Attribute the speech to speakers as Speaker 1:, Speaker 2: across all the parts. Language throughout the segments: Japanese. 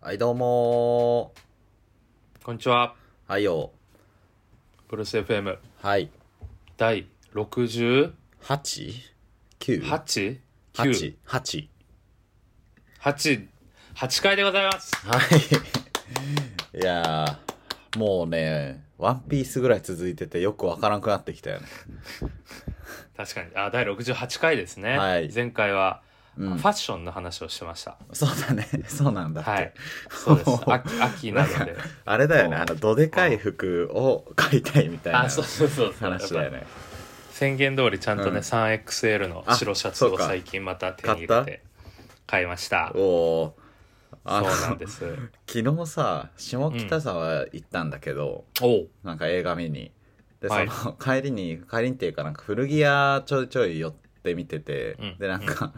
Speaker 1: はい、どうも
Speaker 2: こんにちは。
Speaker 1: ー。はいよ。
Speaker 2: ブルース FM
Speaker 1: はい。
Speaker 2: 第 68?9?
Speaker 1: 8 9 8
Speaker 2: 8
Speaker 1: 8
Speaker 2: 8回でございます。
Speaker 1: はい。いやー、もうね、ワンピースぐらい続いててよくわからんくなってきたよね。
Speaker 2: 確かに。あ、第68回ですね。
Speaker 1: はい
Speaker 2: 前回は、
Speaker 1: うん
Speaker 2: ファッションの話をしてました。
Speaker 1: そうだね。そうなんだって。。
Speaker 2: はい。そうです 秋秋なので。
Speaker 1: あれだよね、
Speaker 2: そう
Speaker 1: あの、どでかい服を買いたいみたいな
Speaker 2: あ、そうそうそうそう。
Speaker 1: 話だよね。
Speaker 2: 宣言通りちゃんとね、
Speaker 1: うん
Speaker 2: 3XL の白シャツ
Speaker 1: あそう
Speaker 2: を
Speaker 1: か
Speaker 2: 最近また手に入れて買いました。
Speaker 1: お
Speaker 2: そう
Speaker 1: おー。あの
Speaker 2: なんです。
Speaker 1: 昨日さ、下北沢行ったんだけど、
Speaker 2: おう
Speaker 1: なんか映画見に。で、そ
Speaker 2: はい
Speaker 1: の、帰りに、帰りにっていうか、なんか古着屋ちょいちょい寄って見てて、
Speaker 2: うん
Speaker 1: で、なんか、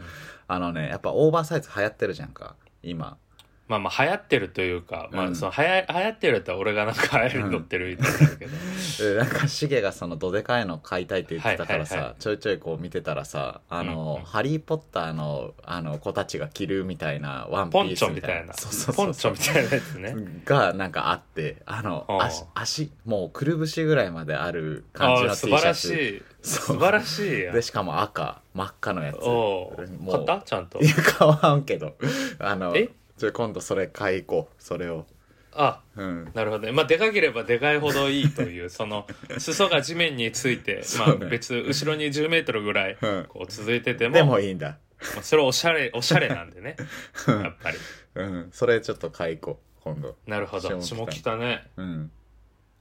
Speaker 1: あのね、やっぱオーバーサイズ流行ってるじゃんか、今。
Speaker 2: まあまあ流行ってるというか、ま
Speaker 1: うん
Speaker 2: あその流行流行ってるって俺がなんか流行りに乗ってるみたいなんだけど。
Speaker 1: で、なんか、シゲがその、どでかいの買いたいって言ってたからさ、
Speaker 2: はいはいは
Speaker 1: ちょいちょいこう見てたらさ、あの、
Speaker 2: うんうん
Speaker 1: ハリー・ポッターの、あの、子たちが着るみたいなワンピ
Speaker 2: ポン
Speaker 1: ー
Speaker 2: チ
Speaker 1: ス
Speaker 2: ョ
Speaker 1: み
Speaker 2: み
Speaker 1: た
Speaker 2: た
Speaker 1: い
Speaker 2: い
Speaker 1: な。
Speaker 2: な。
Speaker 1: そうそうそう
Speaker 2: ポンチョみたいなやつね。
Speaker 1: がなんかあってあの
Speaker 2: あー
Speaker 1: 足足もうくるぶしぐらいまである感じ
Speaker 2: あ
Speaker 1: の
Speaker 2: あ、
Speaker 1: T シ
Speaker 2: 素
Speaker 1: ャツ
Speaker 2: 晴らしい。
Speaker 1: そう
Speaker 2: 素晴らしいやん
Speaker 1: で。しかも赤真っ赤のやつ
Speaker 2: おう
Speaker 1: も
Speaker 2: 買
Speaker 1: う
Speaker 2: ったちゃんと
Speaker 1: い。や買わんけどあの
Speaker 2: え
Speaker 1: ちょ今度それ買い行こうそれを
Speaker 2: あ、
Speaker 1: うん
Speaker 2: なるほどね。まあ、でかければでかいほどいいという、その、 裾が地面について、ま
Speaker 1: そ
Speaker 2: あ、
Speaker 1: うね
Speaker 2: 別、後ろに10メートルぐらい
Speaker 1: うん、
Speaker 2: こう、続いてても、
Speaker 1: でもいいんだ
Speaker 2: まあそれはおしゃれ、おしゃれなんで ね。やっぱり。
Speaker 1: うんそれちょっと買い行こう今度
Speaker 2: なるほど。
Speaker 1: 下北
Speaker 2: 下北ね。
Speaker 1: うん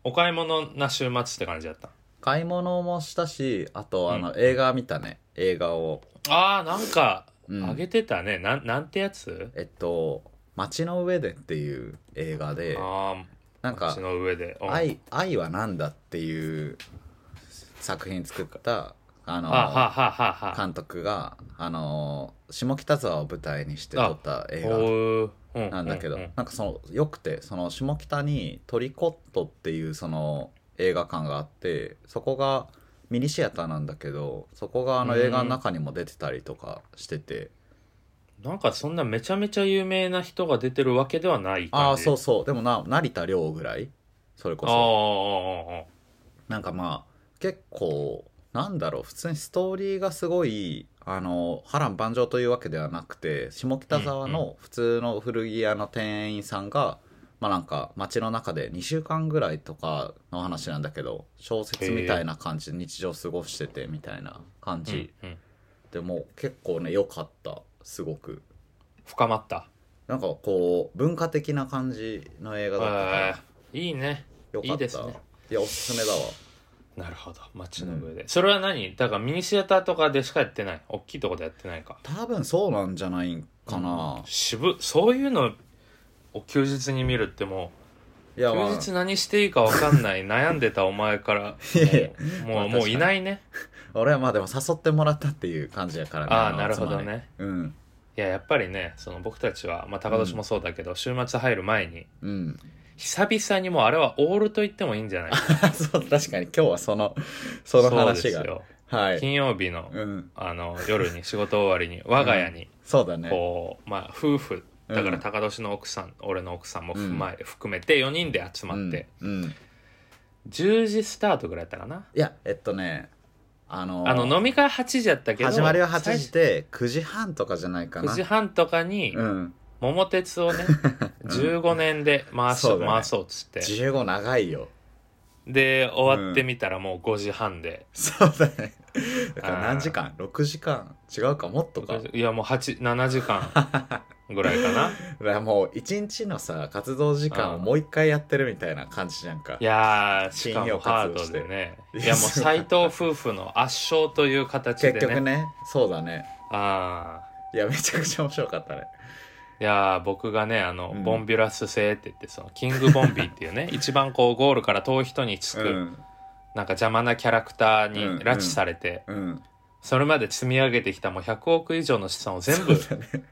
Speaker 2: お買い物な週末って感じだった。
Speaker 1: 買い物もしたしあとあの、
Speaker 2: う
Speaker 1: 映画見たね映画を
Speaker 2: ああ、なん
Speaker 1: う
Speaker 2: か、
Speaker 1: ん
Speaker 2: あげてたね。なん、なんてやつ
Speaker 1: えっと「街の上で」っていう映画で
Speaker 2: あ
Speaker 1: なん
Speaker 2: あ、
Speaker 1: か
Speaker 2: 足の上で。うん
Speaker 1: 愛「愛はなんだ」っていう作品作ったあの
Speaker 2: あはあはあはあはあ。
Speaker 1: 監督があの下北沢を舞台にして撮った映画
Speaker 2: おー
Speaker 1: なんだけど、
Speaker 2: うう
Speaker 1: なんかそのよくてその下北にトリコットっていうその映画館があってそこがミニシアターなんだけどそこがあの
Speaker 2: うん
Speaker 1: 映画の中にも出てたりとかしてて、
Speaker 2: なんかそんなめちゃめちゃ有名な人が出てるわけではない感じ
Speaker 1: ああそう
Speaker 2: そ
Speaker 1: そうでもな成田凌ぐらいそれこ
Speaker 2: あ
Speaker 1: そ
Speaker 2: ああああ
Speaker 1: なんかまあ結構なんだろう普通にストーリーがすごいあの波乱万丈というわけではなくて下北沢の普通の古着屋の店員さんが、まあなんか街の中で2週間ぐらいとかの話なんだけど小説みたいな感じで日常過ごしててみたいな感
Speaker 2: ああ
Speaker 1: じ、
Speaker 2: うんうん
Speaker 1: でもう結構ね良かったすごく
Speaker 2: 深まった
Speaker 1: なんかこう文化的な感じの映画だったから
Speaker 2: ああいいね
Speaker 1: 良かった
Speaker 2: いいですね
Speaker 1: いやおすすめだわ
Speaker 2: なるほど街の上で、それは何だからミニシアターとかでしかやってない大きいとこでやってないか
Speaker 1: 多分そうなんじゃないかな、
Speaker 2: 渋そういうのを休日に見るっても
Speaker 1: いや
Speaker 2: う
Speaker 1: まあ
Speaker 2: 休日何していいか分かんない悩んでたお前から
Speaker 1: いやい
Speaker 2: もう
Speaker 1: まあ
Speaker 2: もうもういないね
Speaker 1: 俺はまあでも誘ってもらったっていう感じやからね
Speaker 2: ああ
Speaker 1: の
Speaker 2: なるほどね
Speaker 1: 妻にうん
Speaker 2: いややっぱりねその僕たちは、まあ、高年もそうだけど、週末入る前に
Speaker 1: うん
Speaker 2: 久々にもうあれはオールと言ってもいいんじゃないか
Speaker 1: そう確かに今日はその その話
Speaker 2: そう
Speaker 1: が
Speaker 2: ですよ
Speaker 1: はい
Speaker 2: 金曜日の,、
Speaker 1: うん
Speaker 2: あの夜に仕事終わりに我が家に
Speaker 1: そうだね
Speaker 2: こう、まあ、夫婦だか
Speaker 1: う
Speaker 2: ら
Speaker 1: ん
Speaker 2: 高年の奥さん、俺の奥さんも踏まえ、含めて4人で集まって、
Speaker 1: うん、うんい
Speaker 2: 10時スタートぐらいだったかな
Speaker 1: やえっとねあの
Speaker 2: あの飲み会8時やったけど
Speaker 1: 始まりは8
Speaker 2: 最
Speaker 1: 時で9時半とかじゃないか
Speaker 2: 9
Speaker 1: な
Speaker 2: 時半とかに
Speaker 1: うん
Speaker 2: 桃 鉄をね、15年で回し
Speaker 1: そうだね
Speaker 2: 回そうっつって
Speaker 1: 15長いよ
Speaker 2: で終わってみたらもう5時半で、
Speaker 1: そうだねだから何
Speaker 2: あー
Speaker 1: 時間6時間違うかもっとか
Speaker 2: いやもう87 時間ぐらいか
Speaker 1: だ
Speaker 2: な
Speaker 1: からもう一日のさ活動時間を
Speaker 2: うん
Speaker 1: もう一回やってるみたいな感じじゃんか
Speaker 2: いやーしか
Speaker 1: 信用
Speaker 2: も
Speaker 1: 活
Speaker 2: ハ
Speaker 1: 動
Speaker 2: ー
Speaker 1: し
Speaker 2: ド
Speaker 1: て
Speaker 2: でね
Speaker 1: い
Speaker 2: い
Speaker 1: や
Speaker 2: やもう斎藤夫婦の圧勝という形で
Speaker 1: 結
Speaker 2: ね
Speaker 1: 局ねそうだね
Speaker 2: ああ
Speaker 1: いやめちゃくちゃ面白かったね
Speaker 2: いやー僕がねあの、
Speaker 1: うん
Speaker 2: ボンビュラス製って言ってそのキングボンビーっていう ね一番こうゴールから遠い人につく、
Speaker 1: うん
Speaker 2: なんか邪魔なキャラクター
Speaker 1: うん
Speaker 2: に拉致されて、
Speaker 1: うん
Speaker 2: それまで積み上げてきたもう100億以上の資産を全 部
Speaker 1: そうだね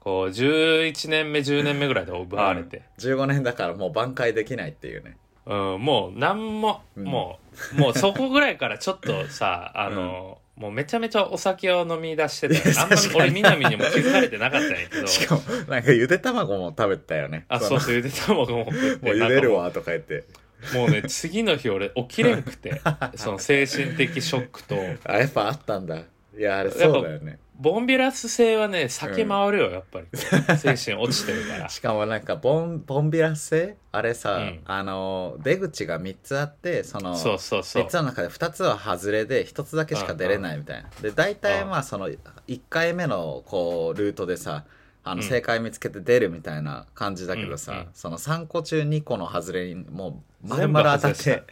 Speaker 2: こう11年目10年目ぐらいで奪われて、
Speaker 1: 15年だからもう挽回できないっていうね
Speaker 2: うん、もう何も、
Speaker 1: うん
Speaker 2: もうもうそこぐらいからちょっとさあの、もうめちゃめちゃお酒を飲み出してたよね
Speaker 1: いや
Speaker 2: あんまり
Speaker 1: 確か
Speaker 2: 俺
Speaker 1: に
Speaker 2: 南にも気づかれてなかったんやけど
Speaker 1: しかもなんかゆで卵も食べたよね
Speaker 2: あ
Speaker 1: の
Speaker 2: そうそうゆで卵も食って
Speaker 1: もうゆでるわとか言って
Speaker 2: なんかもうもうね次の日俺起きれんく て その精神的ショックと
Speaker 1: あやっぱあったんだいやあれそうだよね
Speaker 2: ボンビラス性はね酒回るよやっぱり、精神落ちて るから
Speaker 1: しかもなんかボンボンビラ製あれさ、
Speaker 2: うん
Speaker 1: あの出口が3つあってその
Speaker 2: そうそうそう
Speaker 1: 3つの中で2つは外れで1つだけしか出れないみたいなで大体
Speaker 2: うん
Speaker 1: まあその1回目のこうルートでさあの
Speaker 2: うん
Speaker 1: 正解見つけて出るみたいな感じだけどさ、
Speaker 2: うんうん
Speaker 1: その3個中2個の外れにもう丸
Speaker 2: 全部
Speaker 1: 々当た
Speaker 2: 外
Speaker 1: っ
Speaker 2: した
Speaker 1: て、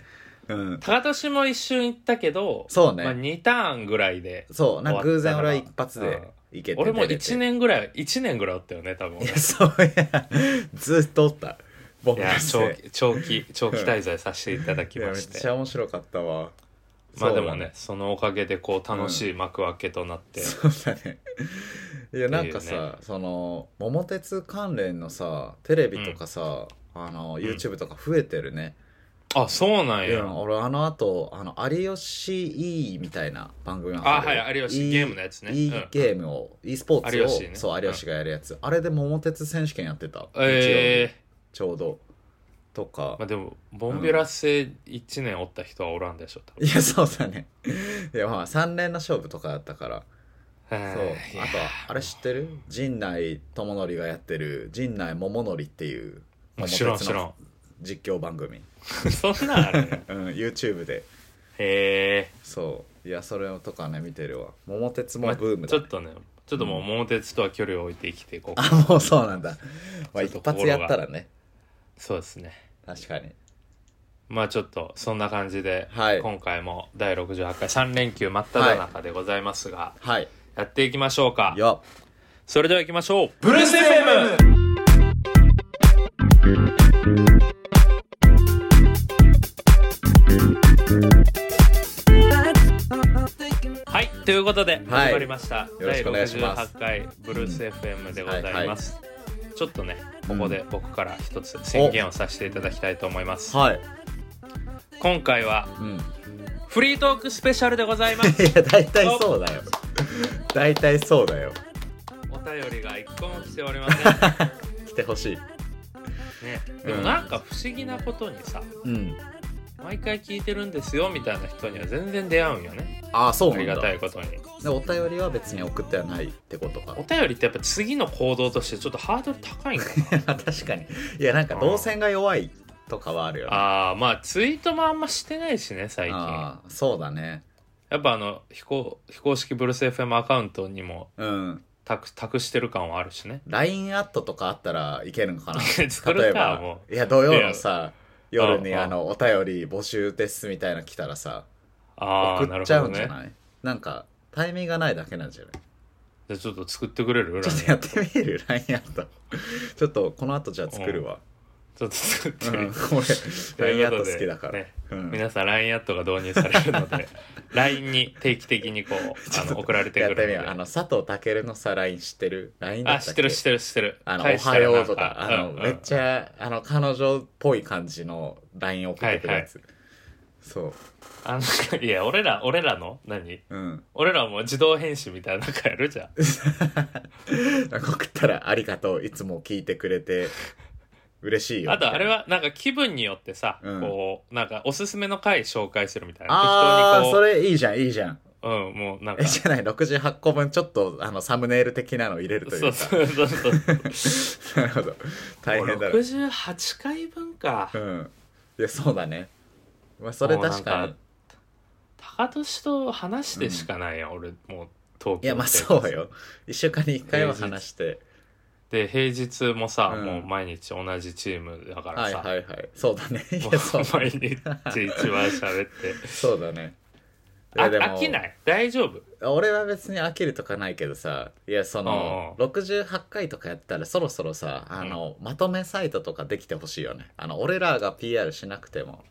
Speaker 1: うん、
Speaker 2: 高年も一瞬行ったけど、
Speaker 1: そうね、
Speaker 2: まあ、2ターンぐらいで
Speaker 1: そうなんか偶然
Speaker 2: 終
Speaker 1: 俺
Speaker 2: わ
Speaker 1: は
Speaker 2: った
Speaker 1: 一
Speaker 2: から
Speaker 1: 発でいけて
Speaker 2: 俺も
Speaker 1: 出れて
Speaker 2: 1年ぐらい1年ぐらいおったよね多分
Speaker 1: いやそういやずっとおったボン
Speaker 2: い
Speaker 1: ビ
Speaker 2: や
Speaker 1: ラ
Speaker 2: 長
Speaker 1: 製
Speaker 2: 期長期長期滞在させていただき
Speaker 1: いや
Speaker 2: ま
Speaker 1: めっ
Speaker 2: し
Speaker 1: ち
Speaker 2: て
Speaker 1: ゃ面白かったわ
Speaker 2: まあ
Speaker 1: そう
Speaker 2: で
Speaker 1: だ
Speaker 2: もねそのおかげでこう楽しい幕開けとなって、
Speaker 1: そうだねいやなんか
Speaker 2: っていう
Speaker 1: さ
Speaker 2: ね
Speaker 1: その「桃鉄」関連のさテレビとかさ、あの YouTube とか増えてるね、
Speaker 2: あそうなん
Speaker 1: い
Speaker 2: や
Speaker 1: や俺あの後あの有吉 E みたいな番組がる
Speaker 2: あはい有吉
Speaker 1: E-
Speaker 2: ゲームのやつね
Speaker 1: E
Speaker 2: うん
Speaker 1: ゲームを、e スポーツを
Speaker 2: 有吉ね
Speaker 1: そう有吉がやるやつ、あれで桃鉄選手権やってた、日曜日
Speaker 2: え
Speaker 1: ちょうどとか
Speaker 2: ー、まあでもボンベラ製1年おった人はおらんでしょ多分
Speaker 1: いやそうだねいやまあ3年の勝負とかだったから
Speaker 2: は
Speaker 1: そう
Speaker 2: い
Speaker 1: あとあれ知ってる陣内智則がやってる陣内桃則っていう
Speaker 2: もう知らん知らん
Speaker 1: 実況番組、
Speaker 2: そんなんある ね
Speaker 1: うん、YouTube で
Speaker 2: へ
Speaker 1: そういやそれとかね見てるわ桃鉄
Speaker 2: え、
Speaker 1: も
Speaker 2: ま
Speaker 1: ブーム
Speaker 2: ち
Speaker 1: だ、
Speaker 2: ょっとねちょっともう桃鉄とは距離を置いて生きていこうか
Speaker 1: あもうそうなんだ、まあ、
Speaker 2: ち
Speaker 1: 一
Speaker 2: ょっと心が
Speaker 1: 発やったらね
Speaker 2: そうですね
Speaker 1: 確かに
Speaker 2: まあちょっとそんな感じで、
Speaker 1: はい
Speaker 2: 今回も第68回3連休真っ只中でございますが、
Speaker 1: はい
Speaker 2: やっていきましょうか
Speaker 1: よっ
Speaker 2: それでは行きましょうブルース FM! はい、ということで
Speaker 1: はい
Speaker 2: 始まりました、
Speaker 1: よろしくお願いします
Speaker 2: 第68回ブルース FM でございます、ちょっとねここで僕から一つ宣言をさせていただきたいと思います
Speaker 1: はい、
Speaker 2: 今回は
Speaker 1: うん、い
Speaker 2: フリートークスペシャルでございます
Speaker 1: や大体そうだよ大体そうだよ
Speaker 2: お便りが一個も来ておりません
Speaker 1: 来てほしい
Speaker 2: ねでもなんか不思議なことにさ
Speaker 1: うん
Speaker 2: 毎回聞いてるんですよみたいな人には全然出会うんよね
Speaker 1: ああそう
Speaker 2: あ
Speaker 1: な
Speaker 2: り
Speaker 1: んだ
Speaker 2: がたいことに
Speaker 1: でお便りは別に送ってはないってことか
Speaker 2: お便りってやっぱ次の行動としてちょっとハードル高いん か
Speaker 1: 確かにいやなんか動線が弱いとかはあるよね
Speaker 2: なあーまあツイートもあんましてないしね最近や
Speaker 1: あーそうだね
Speaker 2: っぱあの非公非公式ブルース FM アカウントにも
Speaker 1: うん
Speaker 2: 託託してる感はあるしね
Speaker 1: LINE アットとかあったらいけるのかな
Speaker 2: 作
Speaker 1: 例
Speaker 2: る
Speaker 1: え
Speaker 2: か
Speaker 1: ば
Speaker 2: もう
Speaker 1: いや土曜のさ夜
Speaker 2: う
Speaker 1: に
Speaker 2: んうん
Speaker 1: あのお便り募集ですみたいなの来たらさ
Speaker 2: あ
Speaker 1: 送
Speaker 2: あなる
Speaker 1: っ
Speaker 2: ほ
Speaker 1: ちゃう
Speaker 2: ど
Speaker 1: んじゃ
Speaker 2: ね
Speaker 1: ないなんかタイミングがないだけなんじゃない
Speaker 2: じゃあちょっと作ってくれる
Speaker 1: ちょっとやってみる LINE アットちょっとこの後じゃあ作るわ
Speaker 2: ちょっと作って
Speaker 1: う
Speaker 2: みる、
Speaker 1: ん 俺 LINE アット好きだから
Speaker 2: ということでね
Speaker 1: うん
Speaker 2: 皆さん LINE アットが導入される ので LINE に定期的にこうあの送られて
Speaker 1: や
Speaker 2: く
Speaker 1: って
Speaker 2: るの
Speaker 1: み
Speaker 2: で
Speaker 1: ようあの佐藤健のさ LINE 知ってる LINE だ
Speaker 2: あ
Speaker 1: ったっ
Speaker 2: 知っ
Speaker 1: け
Speaker 2: てる知ってる知ってる
Speaker 1: あの、
Speaker 2: 返
Speaker 1: お
Speaker 2: した
Speaker 1: は
Speaker 2: ら
Speaker 1: よ
Speaker 2: な
Speaker 1: うんとか、あの、
Speaker 2: うんうん
Speaker 1: めっちゃ、あの、彼女っぽい感じの LINE 送ってくるやつ。そ
Speaker 2: あのいや俺ら俺らの何
Speaker 1: う。うん。
Speaker 2: 俺らも自動返信みたいなのやるじゃん
Speaker 1: なんか送ったら、ありがとう、いつも聞いてくれて、嬉しいよ。
Speaker 2: あとあれはなんか気分によってさ、
Speaker 1: うん
Speaker 2: こうなんかおすすめの回紹介するみたいな
Speaker 1: あー、
Speaker 2: 適当
Speaker 1: そ
Speaker 2: にこ
Speaker 1: れいいじゃん、いいじゃん。
Speaker 2: ううんもうなんか
Speaker 1: え、じゃない、68個分、ちょっと、あの、サムネイル的なの入れるとい
Speaker 2: そうう
Speaker 1: か。
Speaker 2: そうそうそう
Speaker 1: なるほど。大変だろ。
Speaker 2: 68回分か
Speaker 1: うん。いや、そうだね。まあ、それ確
Speaker 2: も
Speaker 1: か
Speaker 2: うなん
Speaker 1: に
Speaker 2: か。高俊と話してしかないや、俺もう東京
Speaker 1: いや、まあ、
Speaker 2: 生活
Speaker 1: そうよ。一週間に一回は話して。
Speaker 2: で平日もさ、
Speaker 1: うん
Speaker 2: もう毎日同じチームだから
Speaker 1: はい
Speaker 2: さ、
Speaker 1: はいはい。そうだね。い
Speaker 2: も
Speaker 1: や、そう
Speaker 2: う毎日一番喋って
Speaker 1: そうだね。い
Speaker 2: あ
Speaker 1: やでも
Speaker 2: 飽きない大丈夫
Speaker 1: 俺は別に飽きるとかないけどさ、いや、その、68回とかやったらそろそろさ、あの、まとめサイトとかできてほしいよね。あの、俺らが PR しなくても、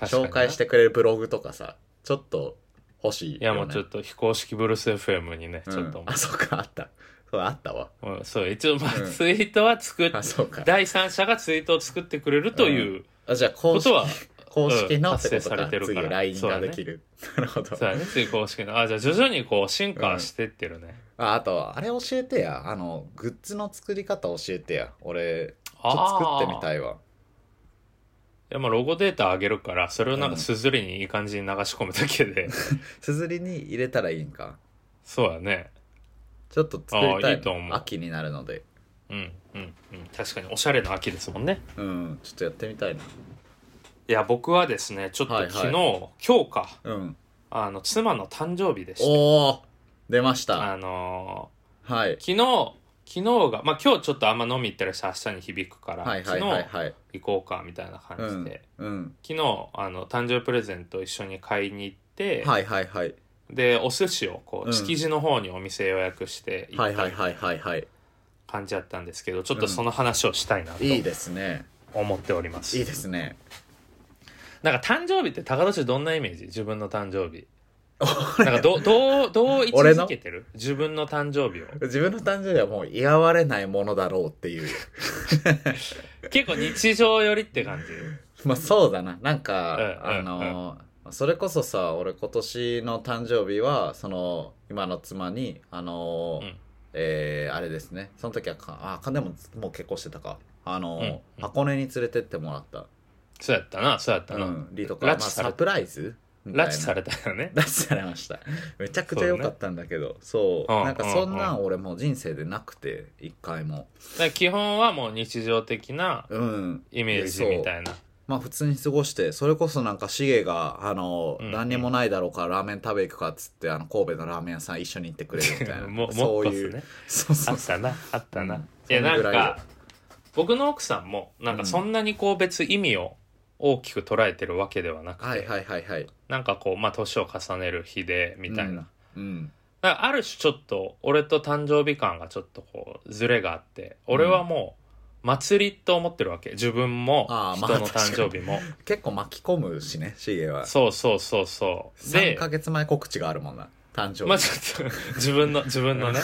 Speaker 2: 確かに
Speaker 1: 紹介してくれるブログとかさ、ちょっと欲しいよ、ね。
Speaker 2: いやもうちょっ
Speaker 1: と、
Speaker 2: と非公式ブルース FM にね、ちょっとも
Speaker 1: あ、そうか、あった。そう、あった わ。
Speaker 2: う、うんそう一応まあ、
Speaker 1: うん
Speaker 2: ツイートは作っ
Speaker 1: あ、そうか。
Speaker 2: 第三者がツイートを作ってくれるという
Speaker 1: あじゃあ、
Speaker 2: こ
Speaker 1: 公式
Speaker 2: とは、
Speaker 1: 公式の
Speaker 2: うん
Speaker 1: ってこと
Speaker 2: 達成さ
Speaker 1: か
Speaker 2: れてるか
Speaker 1: 次
Speaker 2: ら
Speaker 1: LINE
Speaker 2: そう
Speaker 1: が
Speaker 2: だね
Speaker 1: できる、 なるほど
Speaker 2: そうやね次公式のあじゃあ徐々にこう進化してってるね、
Speaker 1: ああとあれ教えてやあのグッズの作り方教えてや俺ちょっと
Speaker 2: あ
Speaker 1: 作ってみた
Speaker 2: い
Speaker 1: いわ
Speaker 2: やまあロゴデータあげるからそれをなんかすずりにいい感じに流し込むだけで、
Speaker 1: すずりに入れたらいいんか
Speaker 2: そうやね
Speaker 1: ちょっと作りた
Speaker 2: あ
Speaker 1: い
Speaker 2: いいと思う
Speaker 1: 秋になるので
Speaker 2: うんうんうん確かにおしゃれな秋ですもんね
Speaker 1: うんちょっとやってみたいない
Speaker 2: や僕はですねちょっと
Speaker 1: はいはい
Speaker 2: 昨日、今日か
Speaker 1: うん
Speaker 2: あの妻の誕生日でした
Speaker 1: おお出ました
Speaker 2: あの
Speaker 1: はい
Speaker 2: ー昨日昨日がまあ今日ちょっとあんま飲み行ったりして明日に響くから、
Speaker 1: はいはいはいはい
Speaker 2: 昨日行こうかみたいな感
Speaker 1: う
Speaker 2: じ
Speaker 1: ん
Speaker 2: で、
Speaker 1: うん
Speaker 2: 昨日あの誕生日プレゼント一緒に買いに行って、
Speaker 1: はいはいはい
Speaker 2: でお寿司をこ
Speaker 1: う
Speaker 2: うん築地の方にお店予約して行
Speaker 1: はい
Speaker 2: った
Speaker 1: はい
Speaker 2: り
Speaker 1: はいはいはい
Speaker 2: 感じだったんですけどちょっとその話をしたいなと
Speaker 1: いいですね
Speaker 2: 思っております、
Speaker 1: いいですね
Speaker 2: なんか誕生日って高田氏どんなイメージ自分の誕 生日なんかどどうどう位置
Speaker 1: 俺の
Speaker 2: づけてる自分の誕生日を
Speaker 1: 自分の誕生日はもう祝われないものだろうっていう
Speaker 2: 結構日常寄りって感じ
Speaker 1: まあそうだな。なんか、
Speaker 2: うん
Speaker 1: あのーそれこそさ、俺今年の誕生日は、その、今の妻に、あのー
Speaker 2: うん
Speaker 1: えーあれですね。その時はか、あ、かでも、もう結婚してたか。あのー
Speaker 2: うんうん
Speaker 1: 箱根に連れてってもらった。
Speaker 2: そうやったなそうやった
Speaker 1: う
Speaker 2: な、
Speaker 1: ん、リとか、
Speaker 2: 拉
Speaker 1: ま
Speaker 2: 致
Speaker 1: あ
Speaker 2: され
Speaker 1: サプライズみたい
Speaker 2: 拉
Speaker 1: な
Speaker 2: 致されたよね
Speaker 1: 拉致されました。めちゃくちゃ良かったんだけど、そう,、
Speaker 2: うん
Speaker 1: なんかそんなん俺もう人生でなくて、一回も。
Speaker 2: だから基本はもう日常的な
Speaker 1: うん。
Speaker 2: イメージみたいな
Speaker 1: まあ普通に過ごして、それこそなんかシゲが、あの、
Speaker 2: うん
Speaker 1: 何にもないだろうからラーメン食べ行くかっつって、あの、神戸のラーメン屋さん一緒に行ってくれるみたいな。
Speaker 2: ももっ
Speaker 1: そ
Speaker 2: と
Speaker 1: う
Speaker 2: っ
Speaker 1: い
Speaker 2: す
Speaker 1: う。
Speaker 2: ね
Speaker 1: そう
Speaker 2: あ
Speaker 1: そう
Speaker 2: っ。たなあったな、
Speaker 1: うん
Speaker 2: いや
Speaker 1: そ
Speaker 2: な
Speaker 1: のぐ
Speaker 2: ん
Speaker 1: らいよ
Speaker 2: か僕の奥さんもなんかそんなにこう別意味を大きく捉えてるわけではなくて、
Speaker 1: はいはいはいはい。
Speaker 2: なんかこうまあ年を重ねる日でみたいな、だか
Speaker 1: うん。
Speaker 2: らある種ちょっと俺と誕生日感がちょっとこうズレがあって俺はもう祭りと思ってるわけ自分も
Speaker 1: あーま
Speaker 2: 人
Speaker 1: あ
Speaker 2: の誕生日も、
Speaker 1: 結構巻き込むしね、シゲは。
Speaker 2: そうそうそうそう
Speaker 1: 3
Speaker 2: で
Speaker 1: ヶ月前告知があるもんな。誕生日。
Speaker 2: まあちょっと自分の自分 のね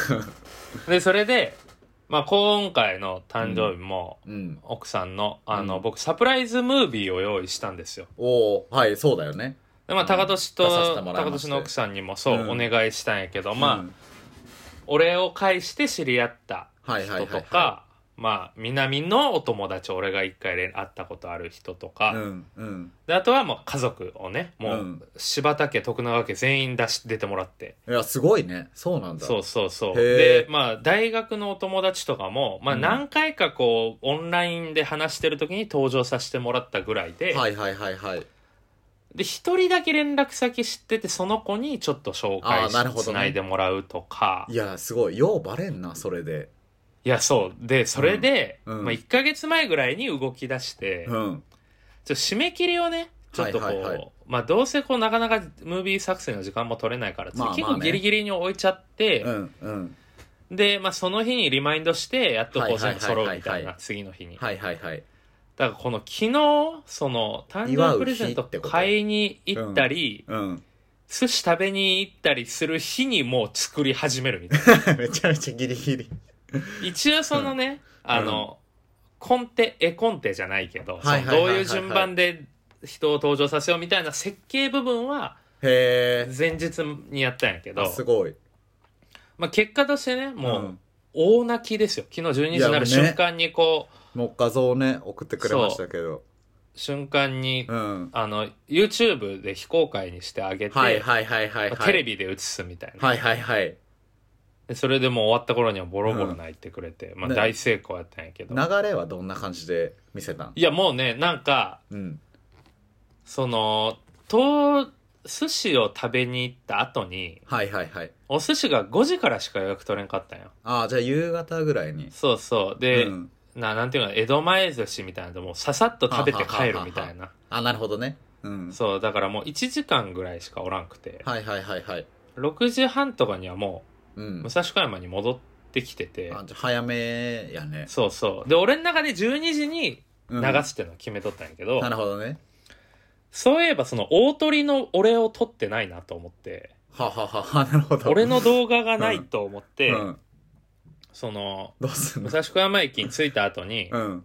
Speaker 2: でそれでまあ今回の誕生日も、
Speaker 1: うん。
Speaker 2: 奥さんのあの、
Speaker 1: うん
Speaker 2: 僕サプライズムービーを用意したんですよ
Speaker 1: おおはい、そうだよね。
Speaker 2: でまあ
Speaker 1: うん
Speaker 2: 高俊
Speaker 1: 出させ
Speaker 2: と
Speaker 1: てもらい
Speaker 2: 高
Speaker 1: まして
Speaker 2: 俊の奥さんにもそう、
Speaker 1: うん
Speaker 2: お願いしたんやけどまあ、
Speaker 1: うん
Speaker 2: 俺を介して知り合った
Speaker 1: はいはいは
Speaker 2: 人
Speaker 1: い
Speaker 2: と
Speaker 1: は
Speaker 2: かまあ南のお友達俺が一回連会ったことある人とか、
Speaker 1: い。うん、うん、
Speaker 2: であとはもう家族をねもう、
Speaker 1: うん
Speaker 2: 柴田家徳永家全員出し出てもらって
Speaker 1: いや、すごいね。そうなんだ。
Speaker 2: そうそうそう
Speaker 1: へー
Speaker 2: でまあ大学のお友達とかも、まあ、
Speaker 1: うん
Speaker 2: 何回かこう、オンラインで話してる時に登場させてもらったぐらいで、
Speaker 1: はいはいはいはい。
Speaker 2: で一人だけ連絡先知っててその子にちょっと紹
Speaker 1: あ
Speaker 2: 介
Speaker 1: ーなる
Speaker 2: し
Speaker 1: ほどね
Speaker 2: つないでもらうとか
Speaker 1: いや、すごい。ようバレんな、それで。
Speaker 2: いやそうでそれで、
Speaker 1: うんうん
Speaker 2: まあ、1ヶ月前ぐらいに動き出して、ち
Speaker 1: う
Speaker 2: ょっ
Speaker 1: ん。
Speaker 2: と締め切りをねちょっとこう、
Speaker 1: はいはいはい
Speaker 2: まあどうせこうなかなかムービー作成の時間も取れないから、
Speaker 1: まあまあね
Speaker 2: 結構ギリギリに置いちゃって、
Speaker 1: うん、うん。
Speaker 2: で、まあ、その日にリマインドしてやっとこう
Speaker 1: はいはい
Speaker 2: 全
Speaker 1: はい
Speaker 2: 部揃うみ
Speaker 1: は
Speaker 2: た
Speaker 1: い
Speaker 2: い
Speaker 1: はい
Speaker 2: な次の日に、
Speaker 1: はいはいはい。
Speaker 2: だからこの昨日その誕生日プレゼ
Speaker 1: 祝う
Speaker 2: ン
Speaker 1: 日
Speaker 2: ト
Speaker 1: ってこと
Speaker 2: 買いに行ったり、
Speaker 1: うん。
Speaker 2: 寿司食べに行ったりする日にもう作り始めるみたい な。
Speaker 1: めちゃめちゃギリギリ。
Speaker 2: 一応そのね、あの、コンテ、絵コンテじゃないけど、そ
Speaker 1: はい
Speaker 2: の
Speaker 1: はいはい
Speaker 2: どう
Speaker 1: はいはい
Speaker 2: いう順番で人を登場させようみたいな設計部分は
Speaker 1: へえ。
Speaker 2: 前日にやったんやけど
Speaker 1: あ、すごい。
Speaker 2: まあ結果としてね、も
Speaker 1: う、
Speaker 2: うん大泣きですよ。昨日12時になる
Speaker 1: いやもうね
Speaker 2: 瞬間にこう、
Speaker 1: もう画像ね、送ってくれましたけど。
Speaker 2: 瞬間に、
Speaker 1: うん。
Speaker 2: あの、YouTube で非公開にしてあげて、
Speaker 1: はいはいはいはい
Speaker 2: ま
Speaker 1: は
Speaker 2: あ
Speaker 1: い。
Speaker 2: テレビで映すみたいな、
Speaker 1: はいはいはい。
Speaker 2: でそれでもう終わった頃にはボロボロ泣いてくれて、まあ
Speaker 1: ね
Speaker 2: 大成功やったんやけど。
Speaker 1: 流れはどんな感じで見せたん
Speaker 2: いや、もうね、なんか、
Speaker 1: うん。
Speaker 2: その、と、寿司を食べに行った後に、
Speaker 1: はいはいはい。
Speaker 2: お寿司が5時からしか予約取れんかったんよ。
Speaker 1: ああ、じゃあ夕方ぐらいに。
Speaker 2: そうそう。で、
Speaker 1: うん、
Speaker 2: な、なんていうの、江戸前寿司みたいなのでもうささっと食べて帰るみたいな。
Speaker 1: あ、なるほどね。うん。
Speaker 2: そう、だからもう1時間ぐらいしかおらんくて、
Speaker 1: はいはいはいはい。
Speaker 2: 6時半とかにはも
Speaker 1: う
Speaker 2: う、
Speaker 1: ん
Speaker 2: 武。蔵小山に戻ってきてて
Speaker 1: あ、じゃあ早めやね。
Speaker 2: そうそう。で、俺の中で12時に
Speaker 1: う
Speaker 2: 流
Speaker 1: ん
Speaker 2: すっていうのを決めとったんやけど、
Speaker 1: なるほどね。
Speaker 2: そういえばその大鳥の俺を撮ってないなと思って、
Speaker 1: はははは、なるほど。
Speaker 2: 俺の動画がないと思って、
Speaker 1: うん。
Speaker 2: その、
Speaker 1: どうすん
Speaker 2: 武
Speaker 1: の
Speaker 2: 蔵小山駅に着いた後に、
Speaker 1: うん。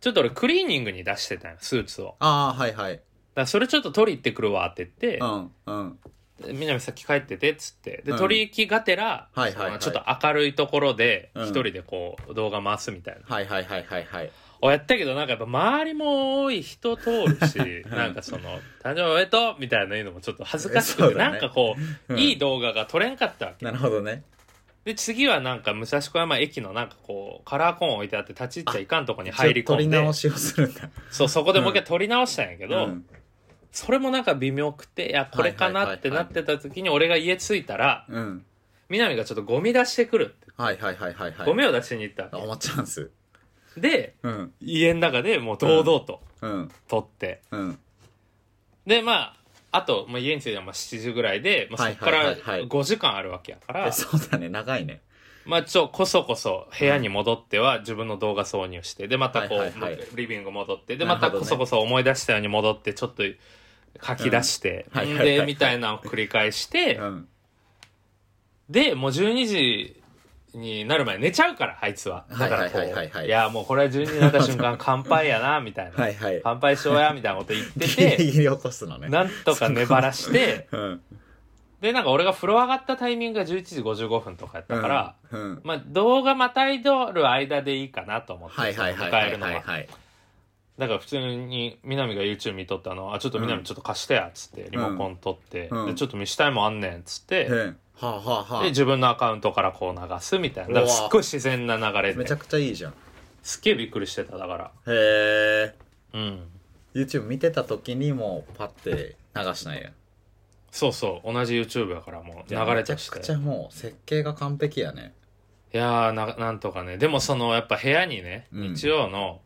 Speaker 2: ちょっと俺クリーニングに出してたんよスーツを。
Speaker 1: ああ、はいはい。
Speaker 2: らそれちょっと取り行ってくるわって言って、
Speaker 1: うんうん
Speaker 2: 南さっき帰っててっつってで
Speaker 1: うん
Speaker 2: 取り行きがてら、
Speaker 1: はいはいはい
Speaker 2: そのちょっと明るいところで
Speaker 1: うん
Speaker 2: 一人でこう動画回すみたいな、
Speaker 1: はいはいはいはいはい
Speaker 2: をやったけどなんかやっぱ周りも多い人通るし、なんかその誕生日おめでとうみたいな言うのもちょっと恥ずかし
Speaker 1: え
Speaker 2: く
Speaker 1: そ
Speaker 2: て、
Speaker 1: うだ
Speaker 2: な
Speaker 1: ね
Speaker 2: んかこう、
Speaker 1: うん
Speaker 2: いい動画が撮れんかったわけ
Speaker 1: なるほどね
Speaker 2: で次はなんか武蔵小山駅のなんかこうカラーコーン置いてあって立ち入っちゃいかんとこに入り
Speaker 1: ちょっと取
Speaker 2: 込ん
Speaker 1: り直
Speaker 2: で
Speaker 1: しをするんだ
Speaker 2: そうそこでもう一回撮り直したんやけど、
Speaker 1: うん
Speaker 2: それもなんか微妙くていやこれかなってなってた時に俺が家着いたら
Speaker 1: うん
Speaker 2: 南がちょっとゴミ出してくるって、
Speaker 1: はいはいはいはいはい
Speaker 2: ゴミを出しに行った
Speaker 1: あ
Speaker 2: わ
Speaker 1: おもちゃんす
Speaker 2: けで
Speaker 1: うん
Speaker 2: 家の中でもう堂々と
Speaker 1: うん
Speaker 2: 撮って。
Speaker 1: うん
Speaker 2: でまああと、まあ、家に着いたのは7時ぐらいで、まあ、
Speaker 1: は
Speaker 2: そ
Speaker 1: い
Speaker 2: こか
Speaker 1: はいは
Speaker 2: ら
Speaker 1: いはい
Speaker 2: 5時間あるわけやから、
Speaker 1: えそうだね長いね
Speaker 2: まあちょこそこそ部屋に戻っては自分の動画挿入してでまたこう、
Speaker 1: はいはいはい
Speaker 2: もうリビング戻ってで
Speaker 1: な
Speaker 2: ま
Speaker 1: るほど
Speaker 2: た
Speaker 1: ね
Speaker 2: こそこそ思い出したように戻ってちょっと書き出して、
Speaker 1: うんはいはいはいはい
Speaker 2: でみたいなのを繰り返して、
Speaker 1: うん
Speaker 2: でもう12時になる前に寝ちゃうからあいつはだからこう、
Speaker 1: はいはいはいはいはい
Speaker 2: やもうこれは12時になった 瞬間乾杯やなみたいな、
Speaker 1: はいはい
Speaker 2: 乾杯しようやみたいなこと言っ
Speaker 1: ギ
Speaker 2: て
Speaker 1: リギ
Speaker 2: て
Speaker 1: リ起こすのね
Speaker 2: なんとか粘 らして。
Speaker 1: うん
Speaker 2: で、なんか俺が風呂上がったタイミングが11時55分とかやったから、
Speaker 1: うん
Speaker 2: まあ動画またいどる間でいいかなと思って、
Speaker 1: はいはいはい
Speaker 2: その
Speaker 1: は
Speaker 2: 迎え
Speaker 1: い
Speaker 2: るの
Speaker 1: はい
Speaker 2: は。
Speaker 1: はい
Speaker 2: だから普通に、南が YouTube 見とったの、あ、ちょっと南ちょっと貸してや、つって、リモコン取って、
Speaker 1: うん
Speaker 2: で、ちょっと見したいもんあんねん、つって、
Speaker 1: うんはあはあは
Speaker 2: で、自分のアカウントからこう流すみたいな。だからすっごい自然な流れ
Speaker 1: あめち
Speaker 2: で
Speaker 1: ゃ。くちゃいいじゃん
Speaker 2: すっげえびっくりしてた、だから。
Speaker 1: へえ
Speaker 2: うん。
Speaker 1: YouTube 見てた時にもうパッて流したんや
Speaker 2: そうそう、同じ YouTube やからもう流れちゃ
Speaker 1: め
Speaker 2: っ
Speaker 1: ちゃ
Speaker 2: て
Speaker 1: く。ちゃもう設計が完璧やね
Speaker 2: いやーな、なんとかね。でもその、やっぱ部屋にね、
Speaker 1: うん
Speaker 2: 日曜の、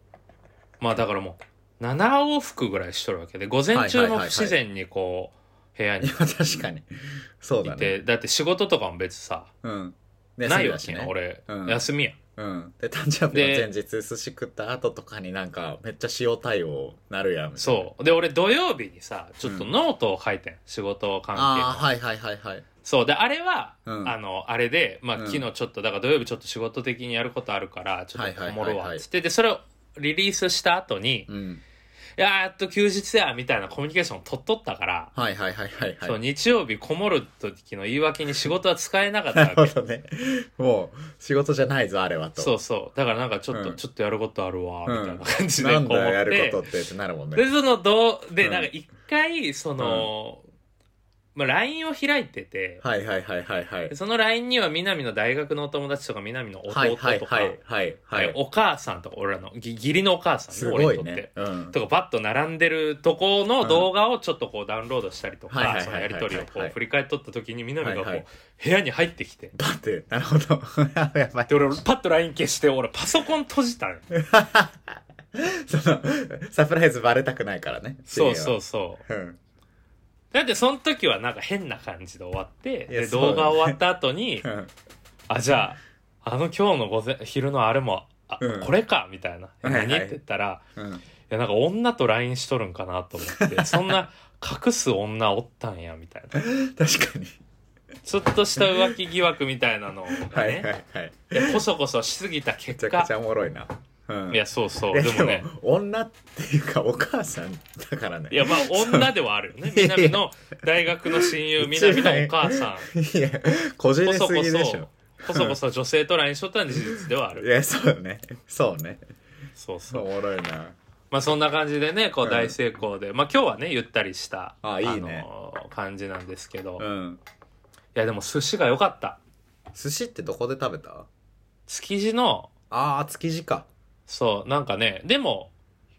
Speaker 2: まあだからもう、7往復ぐらいしとるわけで、午前
Speaker 1: は
Speaker 2: 中
Speaker 1: いはい
Speaker 2: も
Speaker 1: はいは
Speaker 2: 不
Speaker 1: い
Speaker 2: 自然にこう、部屋
Speaker 1: い
Speaker 2: に
Speaker 1: や確かにそう
Speaker 2: い
Speaker 1: だ
Speaker 2: て、
Speaker 1: ね
Speaker 2: だって仕事とかも別にさ、
Speaker 1: うん
Speaker 2: ないわ
Speaker 1: 休
Speaker 2: け
Speaker 1: みだしね
Speaker 2: よ、俺、
Speaker 1: うん
Speaker 2: 休みやん。
Speaker 1: うんで誕生日
Speaker 2: で
Speaker 1: の前日寿司食った後とかになんかめっちゃ塩対応なるやんう
Speaker 2: そう。で、俺土曜日にさ、ちょっとノートを書いてん。仕事関係の
Speaker 1: ああはいはいはいはい
Speaker 2: そう。で、あれは、
Speaker 1: うん
Speaker 2: あの、あれで、まあ、
Speaker 1: うん
Speaker 2: 昨日ちょっと、だから土曜日ちょっと仕事的にやることあるから、ちょっとこ
Speaker 1: は
Speaker 2: もろ
Speaker 1: いはいはい
Speaker 2: わ、
Speaker 1: はい
Speaker 2: つって、で、それをリリースした後に、
Speaker 1: うん
Speaker 2: いやーやっと休日や、みたいなコミュニケーションを取っとったから、
Speaker 1: はいはいはいはい
Speaker 2: そ
Speaker 1: は
Speaker 2: う
Speaker 1: い
Speaker 2: 日曜日こもる時の言い訳に仕事は使えなかった
Speaker 1: なるほ
Speaker 2: わけ
Speaker 1: どねもう仕事じゃないぞあれはと
Speaker 2: そうそうだからなんかちょっと、
Speaker 1: うん
Speaker 2: ちょっとやることあるわみ
Speaker 1: うん
Speaker 2: たいな感じで
Speaker 1: な
Speaker 2: こ
Speaker 1: ん
Speaker 2: う
Speaker 1: だ
Speaker 2: 思
Speaker 1: よ
Speaker 2: っ
Speaker 1: や
Speaker 2: て
Speaker 1: ることってってなるもんね
Speaker 2: でそのどうで、
Speaker 1: うん
Speaker 2: なんか一回その、まあ、LINE を開いてて、
Speaker 1: はいはいはいはいはい
Speaker 2: その LINE には南の大学のお友達とか南の弟とか、
Speaker 1: はいはいはいはいはい
Speaker 2: お母さんとか俺らのぎ義理のお母さん、ね、
Speaker 1: すご
Speaker 2: 俺
Speaker 1: い
Speaker 2: にとって
Speaker 1: ね。うん
Speaker 2: とかバッと並んでるとこの動画をちょっとこうダウンロードしたりと
Speaker 1: はいはい
Speaker 2: か
Speaker 1: はい
Speaker 2: そのやり取りをこ
Speaker 1: は
Speaker 2: う
Speaker 1: い
Speaker 2: 振り返っとった時に南がこ
Speaker 1: はいうは
Speaker 2: 部屋に入ってきて
Speaker 1: だってなるほど やばい
Speaker 2: で俺パッと LINE 消して俺パソコン閉じたんよ
Speaker 1: そのサプライズバレたくないからね
Speaker 2: そうそううそう
Speaker 1: うん
Speaker 2: だってその時はなんか変な感じで終わって
Speaker 1: いや
Speaker 2: で
Speaker 1: そうだね
Speaker 2: 動画終わった 後に
Speaker 1: うん
Speaker 2: あじゃああの今日の午前昼のあれもあ
Speaker 1: うん
Speaker 2: これかみたいな
Speaker 1: はいはい
Speaker 2: 何って言ったら
Speaker 1: うん
Speaker 2: いやなんか女と LINE しとるんかなと思っ てそんな隠す女おったんやみたいな
Speaker 1: 確かに
Speaker 2: ちょっとした浮気疑惑みたいなのが
Speaker 1: はい
Speaker 2: ね
Speaker 1: はいはい
Speaker 2: いやこそこそしすぎた
Speaker 1: めち
Speaker 2: 結
Speaker 1: ゃく
Speaker 2: 果
Speaker 1: ちゃおもろいな。うん、
Speaker 2: いやそうそう
Speaker 1: いや
Speaker 2: でもね
Speaker 1: 女っていうかお母さんだからね。
Speaker 2: いやまあ女ではあるよね
Speaker 1: いや
Speaker 2: 南の大学の親友
Speaker 1: 一番
Speaker 2: 南のお母 さん
Speaker 1: いや、こじ
Speaker 2: こ
Speaker 1: れ
Speaker 2: そ
Speaker 1: す
Speaker 2: こ
Speaker 1: ぎでしょ。
Speaker 2: そこそこそ女性と LINE しとったんで事実ではあ
Speaker 1: い
Speaker 2: る
Speaker 1: や、そうよね。そうね。
Speaker 2: そう
Speaker 1: そ
Speaker 2: そうう
Speaker 1: おもろいな。
Speaker 2: まあそんな感じでねこ
Speaker 1: う
Speaker 2: うん大成功でまあ今日はねゆったりした
Speaker 1: あいいね
Speaker 2: のー感じなんですけどい
Speaker 1: うん。
Speaker 2: やでも寿司が良かった
Speaker 1: 寿司ってどこで食べた
Speaker 2: 築地の
Speaker 1: ああ、築地か。
Speaker 2: そうなんかねでも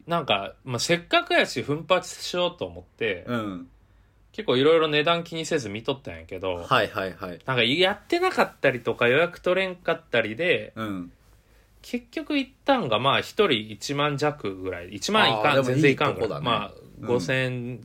Speaker 2: なんか、まあ、せっかくやし奮発しようと思って、
Speaker 1: うん。
Speaker 2: 結構いろいろ値段気にせず見とったんやけど、
Speaker 1: はいはいはい。
Speaker 2: なんかやってなかったりとか予約取れんかったりで、
Speaker 1: うん。
Speaker 2: 結局行ったんがまあ一人1万弱ぐらい、1万い
Speaker 1: あー
Speaker 2: か
Speaker 1: で
Speaker 2: ん、
Speaker 1: も
Speaker 2: 全然いかん
Speaker 1: いい
Speaker 2: ぐ
Speaker 1: とこだ
Speaker 2: らい。
Speaker 1: ね
Speaker 2: まあ
Speaker 1: うん
Speaker 2: 5000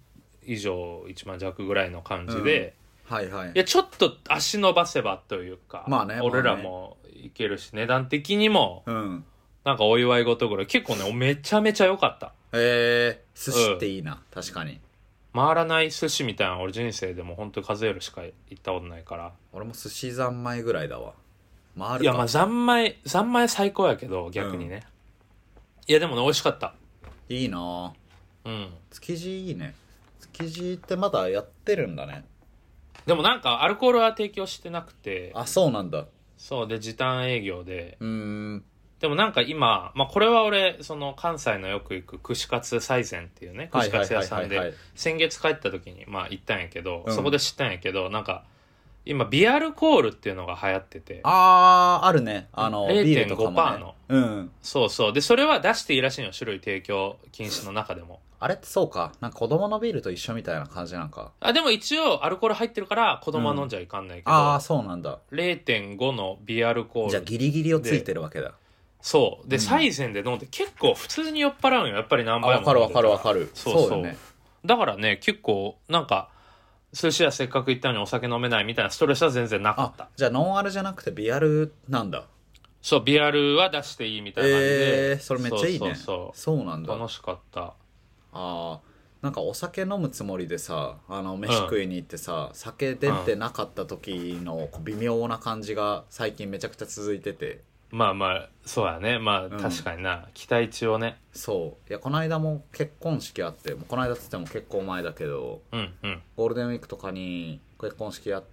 Speaker 2: 以上1万弱ぐらいの感じで、
Speaker 1: はいはい
Speaker 2: い。やちょっと足伸ばせばというか、
Speaker 1: まあね
Speaker 2: 俺ら
Speaker 1: まあね
Speaker 2: もいけるし、値段的にも
Speaker 1: うん。
Speaker 2: なんかお祝い事ぐらい、結構ね、めちゃめちゃ良かった。
Speaker 1: えー、寿司っていいな。確かに。
Speaker 2: 回らない寿司みたいな俺人生でも本当数えるしか行ったことないから。
Speaker 1: 俺も寿司三昧ぐらいだわ。回るか
Speaker 2: いやまあ三昧三昧最高やけど逆にね、いやでもね美味しかった
Speaker 1: いいな
Speaker 2: うん
Speaker 1: 築地いいね。築地ってまだやってるんだね
Speaker 2: でもなんかアルコールは提供してなくて
Speaker 1: あそうなんだ
Speaker 2: そうで時短営業で
Speaker 1: うーん
Speaker 2: でもなんか今、まあ、これは俺その関西のよく行く串カツ最前っていうね
Speaker 1: は
Speaker 2: 串
Speaker 1: いは
Speaker 2: カ
Speaker 1: い
Speaker 2: ツ
Speaker 1: は
Speaker 2: 屋
Speaker 1: い
Speaker 2: さ
Speaker 1: は
Speaker 2: ん
Speaker 1: い
Speaker 2: で
Speaker 1: はい
Speaker 2: 先月帰った時にまあ行ったんやけど、
Speaker 1: うん
Speaker 2: そこで知ったんやけどなんか今ビアルコールっていうのが流行ってて
Speaker 1: あーあるねあの
Speaker 2: 0.5%
Speaker 1: ビールとかも、ね、
Speaker 2: の
Speaker 1: うん
Speaker 2: そうそうでそれは出していいらしいの種類提供禁止の中でも
Speaker 1: あれってそうかなんか子供のビールと一緒みたいな感じなんか
Speaker 2: あでも一応アルコール入ってるから子供は飲んじゃいかんないけど、
Speaker 1: ああそうなんだ
Speaker 2: 0.5のビアルコ
Speaker 1: じゃあ
Speaker 2: ール
Speaker 1: ギリギリをついてるわけだ
Speaker 2: そうで、
Speaker 1: うん
Speaker 2: サイゼンで飲んで結構普通に酔っ払うんよやっぱり何
Speaker 1: あ
Speaker 2: 倍
Speaker 1: わ
Speaker 2: も
Speaker 1: かるわかるわ
Speaker 2: わ
Speaker 1: かる
Speaker 2: そうそう
Speaker 1: そうよね
Speaker 2: だからね結構なんか寿司屋せっかく行ったのにお酒飲めないみたいなストレスは全然なかった
Speaker 1: あじゃあノンアルじゃなくてビアルなんだ
Speaker 2: そうビアルは出していいみたいな感じで、
Speaker 1: えー、それめっちゃいいね
Speaker 2: そうそう
Speaker 1: そうなん
Speaker 2: そ
Speaker 1: だ
Speaker 2: う楽しかった
Speaker 1: あーなんかお酒飲むつもりでさあの飯食いに行ってさ、酒出てなかった時のこう微妙な感じが最近めちゃくちゃ続いてて
Speaker 2: まあまあそうやねまあ
Speaker 1: ん
Speaker 2: 確かにな、期待値をね
Speaker 1: そういやこの間も結婚式あってもうこの間っつっても結構前だけど
Speaker 2: うんうん
Speaker 1: ゴールデンウィークとかに結婚式やって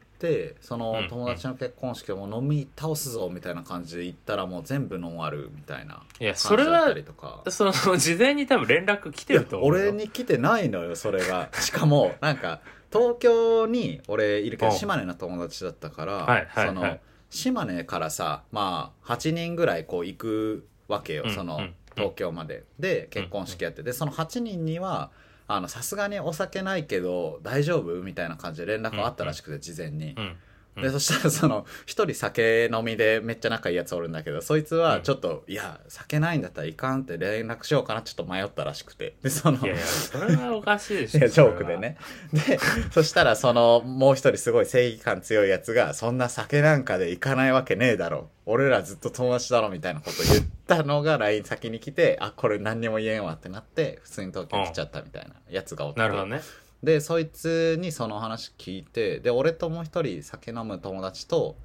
Speaker 1: その
Speaker 2: うん
Speaker 1: 友達の結婚式でもう飲み倒すぞみたいな感じで行ったらもう全部ノンアルみたいない
Speaker 2: やそ
Speaker 1: 感
Speaker 2: れ
Speaker 1: じだっ
Speaker 2: は
Speaker 1: たりとか
Speaker 2: その 事前に多分連絡来てると思うよ
Speaker 1: いや俺に来てないのよそれ がしかもなんか東京に俺いるけど
Speaker 2: うん
Speaker 1: 島根の友達だったから、
Speaker 2: はいはい
Speaker 1: その、
Speaker 2: はい
Speaker 1: 島根からさまあ8人ぐらいこう行くわけよ、
Speaker 2: うん
Speaker 1: その、
Speaker 2: うんうん
Speaker 1: 東京までで結婚式やってでその8人にはあのさすがにお酒ないけど大丈夫みたいな感じで連絡があったらしくて事前に
Speaker 2: う。んうん
Speaker 1: でそしたらその一人酒飲みでめっちゃ仲いいやつおるんだけどそいつは
Speaker 2: うん
Speaker 1: ちょっと、いや酒ないんだったらいかんって連絡しようかなちょっと迷ったらしくてでその
Speaker 2: いやいやそれはおかしいでし ょ
Speaker 1: いやジ
Speaker 2: それ
Speaker 1: ョ
Speaker 2: は
Speaker 1: ークでねでそしたらそのもう一人すごい正義感強いやつが「そんな酒なんかで行かないわけねえだろ俺らずっと友達だろ」みたいなこと言ったのが LINE 先に来て「あこれ何にも言えんわ」ってなって普通に東京来ちゃったみたいなやつがおって、
Speaker 2: なるほどね
Speaker 1: でそいつにその話聞いてで俺ともう一人酒飲む友達と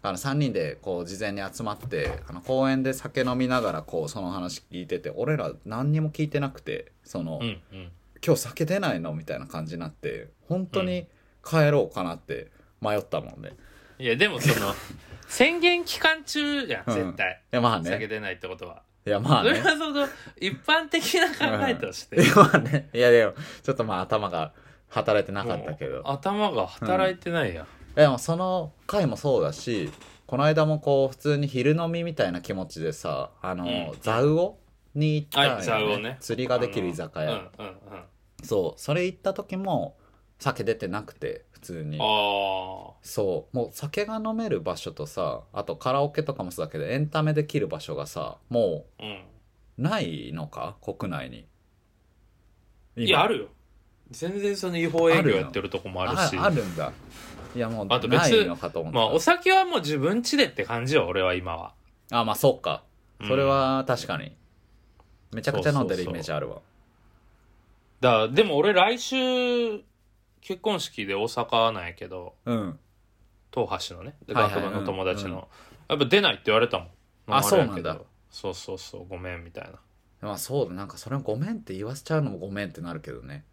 Speaker 1: あの3人でこう事前に集まってあの公園で酒飲みながらこうその話聞いてて俺ら何にも聞いてなくてその。
Speaker 2: うんうん
Speaker 1: 今日酒出ないのみたいな感じになって本当に帰ろうかなって迷ったもんね、
Speaker 2: いやでもその宣言期間中じゃん
Speaker 1: うん
Speaker 2: 絶対、
Speaker 1: いやまあ
Speaker 2: 酒
Speaker 1: ね
Speaker 2: 出ないってことは、
Speaker 1: いやまあ
Speaker 2: それ
Speaker 1: ね
Speaker 2: はその一般的な考えとして、
Speaker 1: いやまあねいやでもちょっとまあ頭が働いてなかったけど
Speaker 2: もう頭が働いてないや、ん、
Speaker 1: でもその回もそうだしこの間もこう普通に昼飲みみたいな気持ちでさあの、
Speaker 2: うん
Speaker 1: ザウオに行ったよ、
Speaker 2: はいザウオね
Speaker 1: 釣りができる居酒屋、
Speaker 2: うんうんうんあ
Speaker 1: そうそれ行った時も酒出てなくて普通に
Speaker 2: あ
Speaker 1: そうもう酒が飲める場所とさあとカラオケとかもそうだけどエンタメできる場所がさも
Speaker 2: うん
Speaker 1: うないのか国内に
Speaker 2: いやあ
Speaker 1: る
Speaker 2: るよ全然その違法営業やってるとこもあるし
Speaker 1: ああるんだいやもう
Speaker 2: あと別
Speaker 1: ないのかと思って
Speaker 2: まあお酒はもう自分家でって感じよ俺は今は
Speaker 1: たあまあそうか
Speaker 2: うん
Speaker 1: それは確かに、めちゃくちゃ飲んでるイメージあるわ
Speaker 2: だからでも俺来週結婚式で大阪なんやけど
Speaker 1: うん
Speaker 2: 東橋のねで
Speaker 1: はいはい
Speaker 2: 学部の友達
Speaker 1: う
Speaker 2: の、
Speaker 1: んうん
Speaker 2: やっぱ出ないって言われたもん
Speaker 1: あ
Speaker 2: 飲まれ
Speaker 1: そう
Speaker 2: るけど
Speaker 1: なんだ
Speaker 2: そうそうそうごめんみたいな
Speaker 1: まあそうだなんかそれをごめんって言わせちゃうのもごめんってなるけどね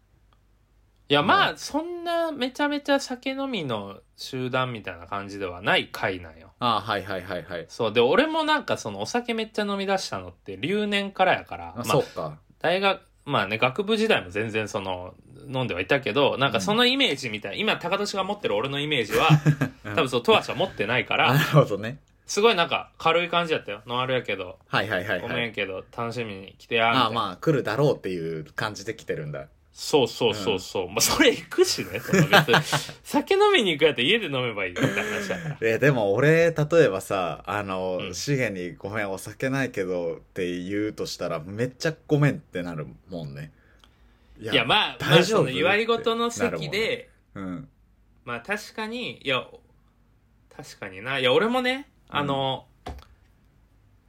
Speaker 2: いやま
Speaker 1: う
Speaker 2: あそんなめちゃめちゃ酒飲みの集団みたいな感じではない会なんよ
Speaker 1: ああはいはいはいはい
Speaker 2: そうで俺もなんかそのお酒めっちゃ飲み出したのって留年からやから
Speaker 1: あ、
Speaker 2: まあ
Speaker 1: そうか
Speaker 2: 大学まあね学部時代も全然その飲んではいたけどなんかそのイメージみたい、今高俊が持ってる俺のイメージは
Speaker 1: うん
Speaker 2: 多分そう十和子は持ってないか
Speaker 1: なる
Speaker 2: ら
Speaker 1: ほどね
Speaker 2: すごいなんか軽い感じだったよノンアルやけど
Speaker 1: はいはいはい
Speaker 2: ご
Speaker 1: は
Speaker 2: め
Speaker 1: い
Speaker 2: んけど楽しみに来てやみたい
Speaker 1: あ
Speaker 2: な
Speaker 1: あまあ来るだろうっていう感じで来てるんだ
Speaker 2: そうそうそうそう、まあそれ行くしねその別 に酒飲みに行くやったら家で飲めばいいみたいな話だから
Speaker 1: えでも俺例えばさあの、
Speaker 2: うん
Speaker 1: シゲに「ごめんお酒ないけど」って言うとしたらめっちゃ「ごめん」ってなるもんねい
Speaker 2: いやまあまあ
Speaker 1: 大丈
Speaker 2: そ
Speaker 1: 夫
Speaker 2: の祝い事の
Speaker 1: ってなるも
Speaker 2: 席
Speaker 1: ん
Speaker 2: で、
Speaker 1: ねうん
Speaker 2: まあ確かにいや確かにないや俺もね
Speaker 1: うん
Speaker 2: あの、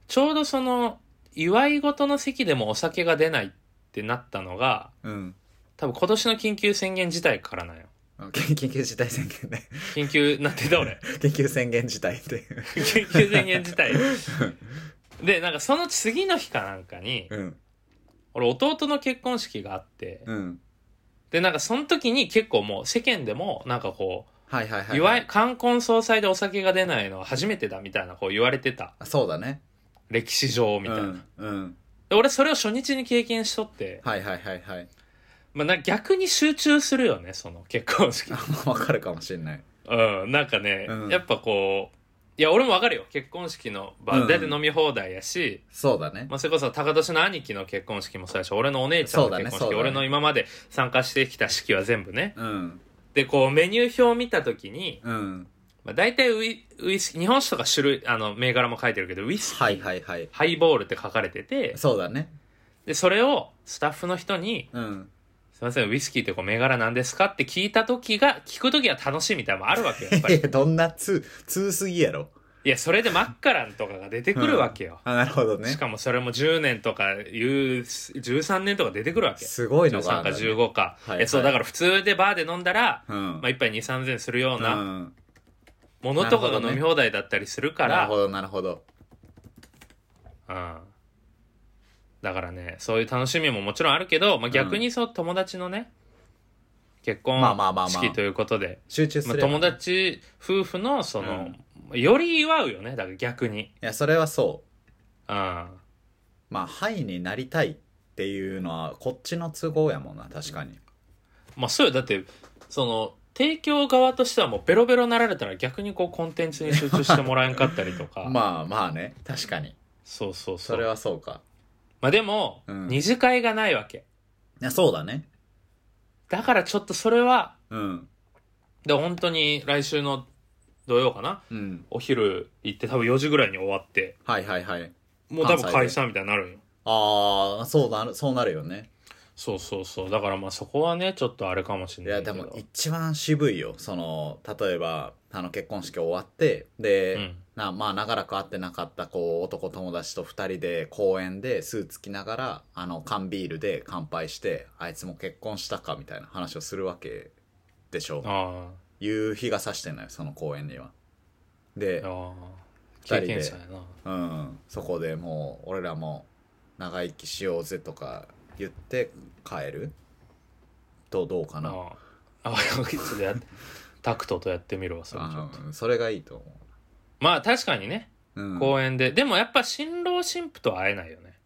Speaker 2: ちょうどその祝い事の席でもお酒が出ないってなったのが
Speaker 1: うん
Speaker 2: 多分今年の緊急宣言自体からなんよ
Speaker 1: あ緊緊急事態宣言ね
Speaker 2: 緊急なんて言った俺
Speaker 1: 緊急宣言事態っていう
Speaker 2: 緊急宣言自体でなんかその次の日かなんかに
Speaker 1: うん
Speaker 2: 俺弟の結婚式があって
Speaker 1: うん
Speaker 2: でなんかその時に結構もう世間でもなんかこ
Speaker 1: はいはいはい、は
Speaker 2: う
Speaker 1: い、
Speaker 2: いわゆ冠婚葬祭でお酒が出ないのは初めてだみたいなこう言われてた
Speaker 1: そうだね
Speaker 2: 歴史上みたいな、
Speaker 1: うん、うん、
Speaker 2: で俺それを初日に経験しとって、
Speaker 1: はいはいはいはい
Speaker 2: まあ、なんか逆に集中するよねその結婚式
Speaker 1: わかるかもしれない
Speaker 2: うんなんかね、
Speaker 1: うん
Speaker 2: やっぱこういや俺もわかるよ結婚式の場で
Speaker 1: うん
Speaker 2: 飲み放題やし、
Speaker 1: そうだね
Speaker 2: まあ、それこそ高年の兄貴の結婚式もそうだし俺のお姉ちゃんの
Speaker 1: そう
Speaker 2: 結婚式、
Speaker 1: だねそうだね
Speaker 2: 俺の今まで参加してきた式は全部ね
Speaker 1: うん
Speaker 2: でこうメニュー表を見た時に、
Speaker 1: うん
Speaker 2: まあ、大体ウイウイスキー日本酒とか種類あの銘柄も書いてるけどウイスキー、
Speaker 1: はいはいはい
Speaker 2: ハイボールって書かれてて
Speaker 1: そうだね
Speaker 2: でそれをスタッフの人に
Speaker 1: うん
Speaker 2: 「すいませんウイスキーってこう銘柄なんですか?」って聞いた時が聞く時は楽しいみたいなのもあるわけよやっぱ
Speaker 1: い
Speaker 2: り
Speaker 1: やどんな通通すぎやろ
Speaker 2: いやそれでマッカランとかが出てくるわけよ、
Speaker 1: あなるほどね
Speaker 2: しかもそれも10年とかいう13年とか出てくるわけ
Speaker 1: すごいのが
Speaker 2: 13
Speaker 1: あ
Speaker 2: か
Speaker 1: るんだね
Speaker 2: 15か、
Speaker 1: はいはい
Speaker 2: いやそうだから普通でバーで飲んだら、
Speaker 1: うん
Speaker 2: まあ、1杯2 3千するよう
Speaker 1: う
Speaker 2: なんものとか
Speaker 1: なる
Speaker 2: が
Speaker 1: ほどね
Speaker 2: 飲み放題だったりするか
Speaker 1: な
Speaker 2: ら、
Speaker 1: るほどなるほど
Speaker 2: うん、だからねそういう楽しみももちろんあるけど、まあ、逆にそう友達のね、結婚
Speaker 1: まあまあまあまあ
Speaker 2: 式ということで、
Speaker 1: 集中す
Speaker 2: まあ
Speaker 1: る、
Speaker 2: 友達夫婦のその、より祝うよねだから逆に、
Speaker 1: いやそれはそう
Speaker 2: うん、
Speaker 1: まあ、ハイになりたいっていうのは、こっちの都合やもんな、確かに。
Speaker 2: まあそうよだってその提供側としてはもうベロベロなられたら逆にこうコンテンツに集中してもらえんかったりとか、
Speaker 1: まあまあね、確かに。
Speaker 2: そうそうそ
Speaker 1: そ
Speaker 2: う
Speaker 1: れはそうか。
Speaker 2: まあでも、
Speaker 1: うん
Speaker 2: 二次会がないわけ
Speaker 1: いや、そうだね。
Speaker 2: だからちょっとそれは
Speaker 1: うん。
Speaker 2: で本当に来週の土曜かな
Speaker 1: うん。
Speaker 2: お昼行って多分4時ぐらいに終わって
Speaker 1: はいはいはい。
Speaker 2: もう多分解散みたいになるんよ
Speaker 1: ああ、そうなる、そうなるよね。
Speaker 2: そうそうそうだからまあそこはねちょっとあれかもし
Speaker 1: い
Speaker 2: れな
Speaker 1: や、
Speaker 2: いけ
Speaker 1: で
Speaker 2: ど
Speaker 1: も一番渋いよ。その、例えば、あの、結婚式終わって、で、
Speaker 2: うん
Speaker 1: なまあ、長らく会ってなかった、こう、男友達と二人で公園でスーツ着ながら、あの、缶ビールで乾杯して、あいつも結婚したか、みたいな話をするわけでしょ。
Speaker 2: あ
Speaker 1: 夕日が差してんのよその公園にはで
Speaker 2: あ、ああ
Speaker 1: 人で
Speaker 2: 経験者やな
Speaker 1: うん、そこでもう俺らも長生きしようぜとか言って帰るとどうかな
Speaker 2: あああちょっとやっ タクトとやってみるわそれちょっと
Speaker 1: あうんそれがいいと思
Speaker 2: まあ確かにね
Speaker 1: う、うん、
Speaker 2: 公園で、でもやっぱ新郎新婦とは会えないよね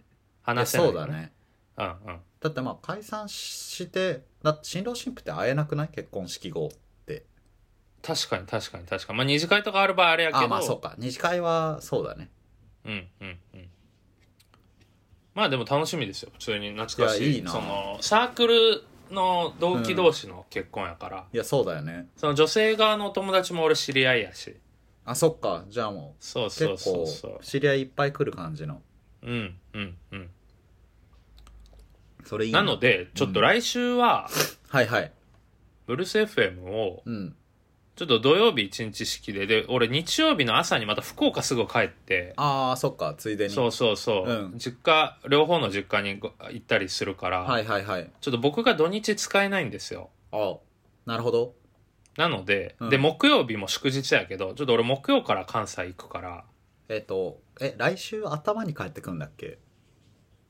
Speaker 2: 話せない
Speaker 1: そ
Speaker 2: よ
Speaker 1: うだね
Speaker 2: うんうん
Speaker 1: だってまあ解散してだって新郎新婦って会えなくない結婚式後って
Speaker 2: 確かに確かに確かにまあ二次会とかある場合あれやけど
Speaker 1: あまあそうか二次会はそうだね
Speaker 2: うんうんうんまあでも楽しみですよ普通に懐かし
Speaker 1: い
Speaker 2: い
Speaker 1: やいいな
Speaker 2: そのサークルの同期同士の結婚やから、
Speaker 1: いやそうだよね
Speaker 2: その女性側のお友達も俺知り合いやし
Speaker 1: あそっかじゃあも
Speaker 2: そう
Speaker 1: う
Speaker 2: そう
Speaker 1: 結
Speaker 2: そ
Speaker 1: 構
Speaker 2: うそう
Speaker 1: 知り合いいっぱい来る感じの
Speaker 2: うんうんうん
Speaker 1: それいい
Speaker 2: なのでちょっと来週は、
Speaker 1: はいはい
Speaker 2: ブルース FM を
Speaker 1: うん
Speaker 2: ちょっと土曜日一日式でで俺日曜日の朝にまた福岡すぐ帰って
Speaker 1: ああそっかついでに
Speaker 2: そうそうそう、
Speaker 1: うん
Speaker 2: 実家両方の実家にご行ったりするから、
Speaker 1: はいはいはい
Speaker 2: ちょっと僕が土日使えないんですよ
Speaker 1: あなるほど
Speaker 2: なので、
Speaker 1: うん
Speaker 2: で木曜日も祝日やけどちょっと俺木曜から関西行くから
Speaker 1: えっ、とえ来週頭に帰ってくんだっけ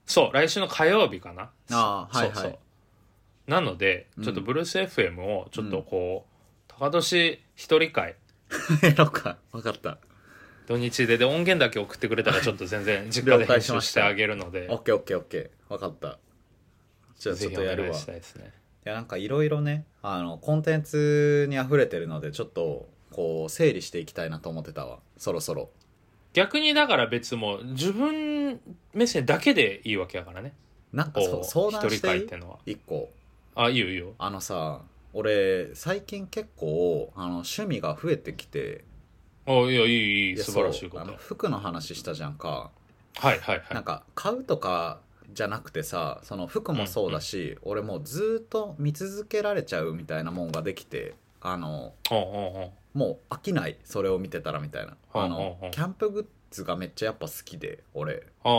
Speaker 2: そう来週の火曜日かな
Speaker 1: あー
Speaker 2: そ
Speaker 1: はいはい
Speaker 2: そうそうなので
Speaker 1: うん
Speaker 2: ちょっとブルース FM をちょっとこう、高年一人会
Speaker 1: やろう か分かった
Speaker 2: 土日でで音源だけ送ってくれたらちょっと全然実家で
Speaker 1: 了解
Speaker 2: 編
Speaker 1: し
Speaker 2: 集
Speaker 1: まし
Speaker 2: したてあげるので
Speaker 1: オッケーオッケーオッケー分かったじゃあち
Speaker 2: ぜ
Speaker 1: ょっ
Speaker 2: ひ
Speaker 1: と
Speaker 2: お
Speaker 1: や
Speaker 2: 願
Speaker 1: る
Speaker 2: い
Speaker 1: わい
Speaker 2: したいですね
Speaker 1: やなんかいろいろねあのコンテンツに溢れてるのでちょっとこう整理していきたいなと思ってたわそろそろ
Speaker 2: 逆にだから別も自分目線だけでいいわけやからね
Speaker 1: なんか
Speaker 2: こ
Speaker 1: そうう相談
Speaker 2: 一
Speaker 1: し
Speaker 2: 人会っててのはい
Speaker 1: い一個
Speaker 2: あいいよいいよ
Speaker 1: あのさ俺最近結構あの趣味が増えてきて
Speaker 2: あいやいいいい
Speaker 1: いや
Speaker 2: 素晴らしいこ
Speaker 1: そうあ
Speaker 2: と
Speaker 1: の服の話したじゃんか
Speaker 2: はいはいは
Speaker 1: なん
Speaker 2: い
Speaker 1: か買うとかじゃなくてさその服もそうだし、俺もうずーっと見続けられちゃうみたいなもんができてあの
Speaker 2: おうおうおう
Speaker 1: もう飽きないそれを見てたらみたいな、
Speaker 2: うん
Speaker 1: あの
Speaker 2: うんうん
Speaker 1: キャンプグッズがめっちゃやっぱ好きで俺
Speaker 2: ああああ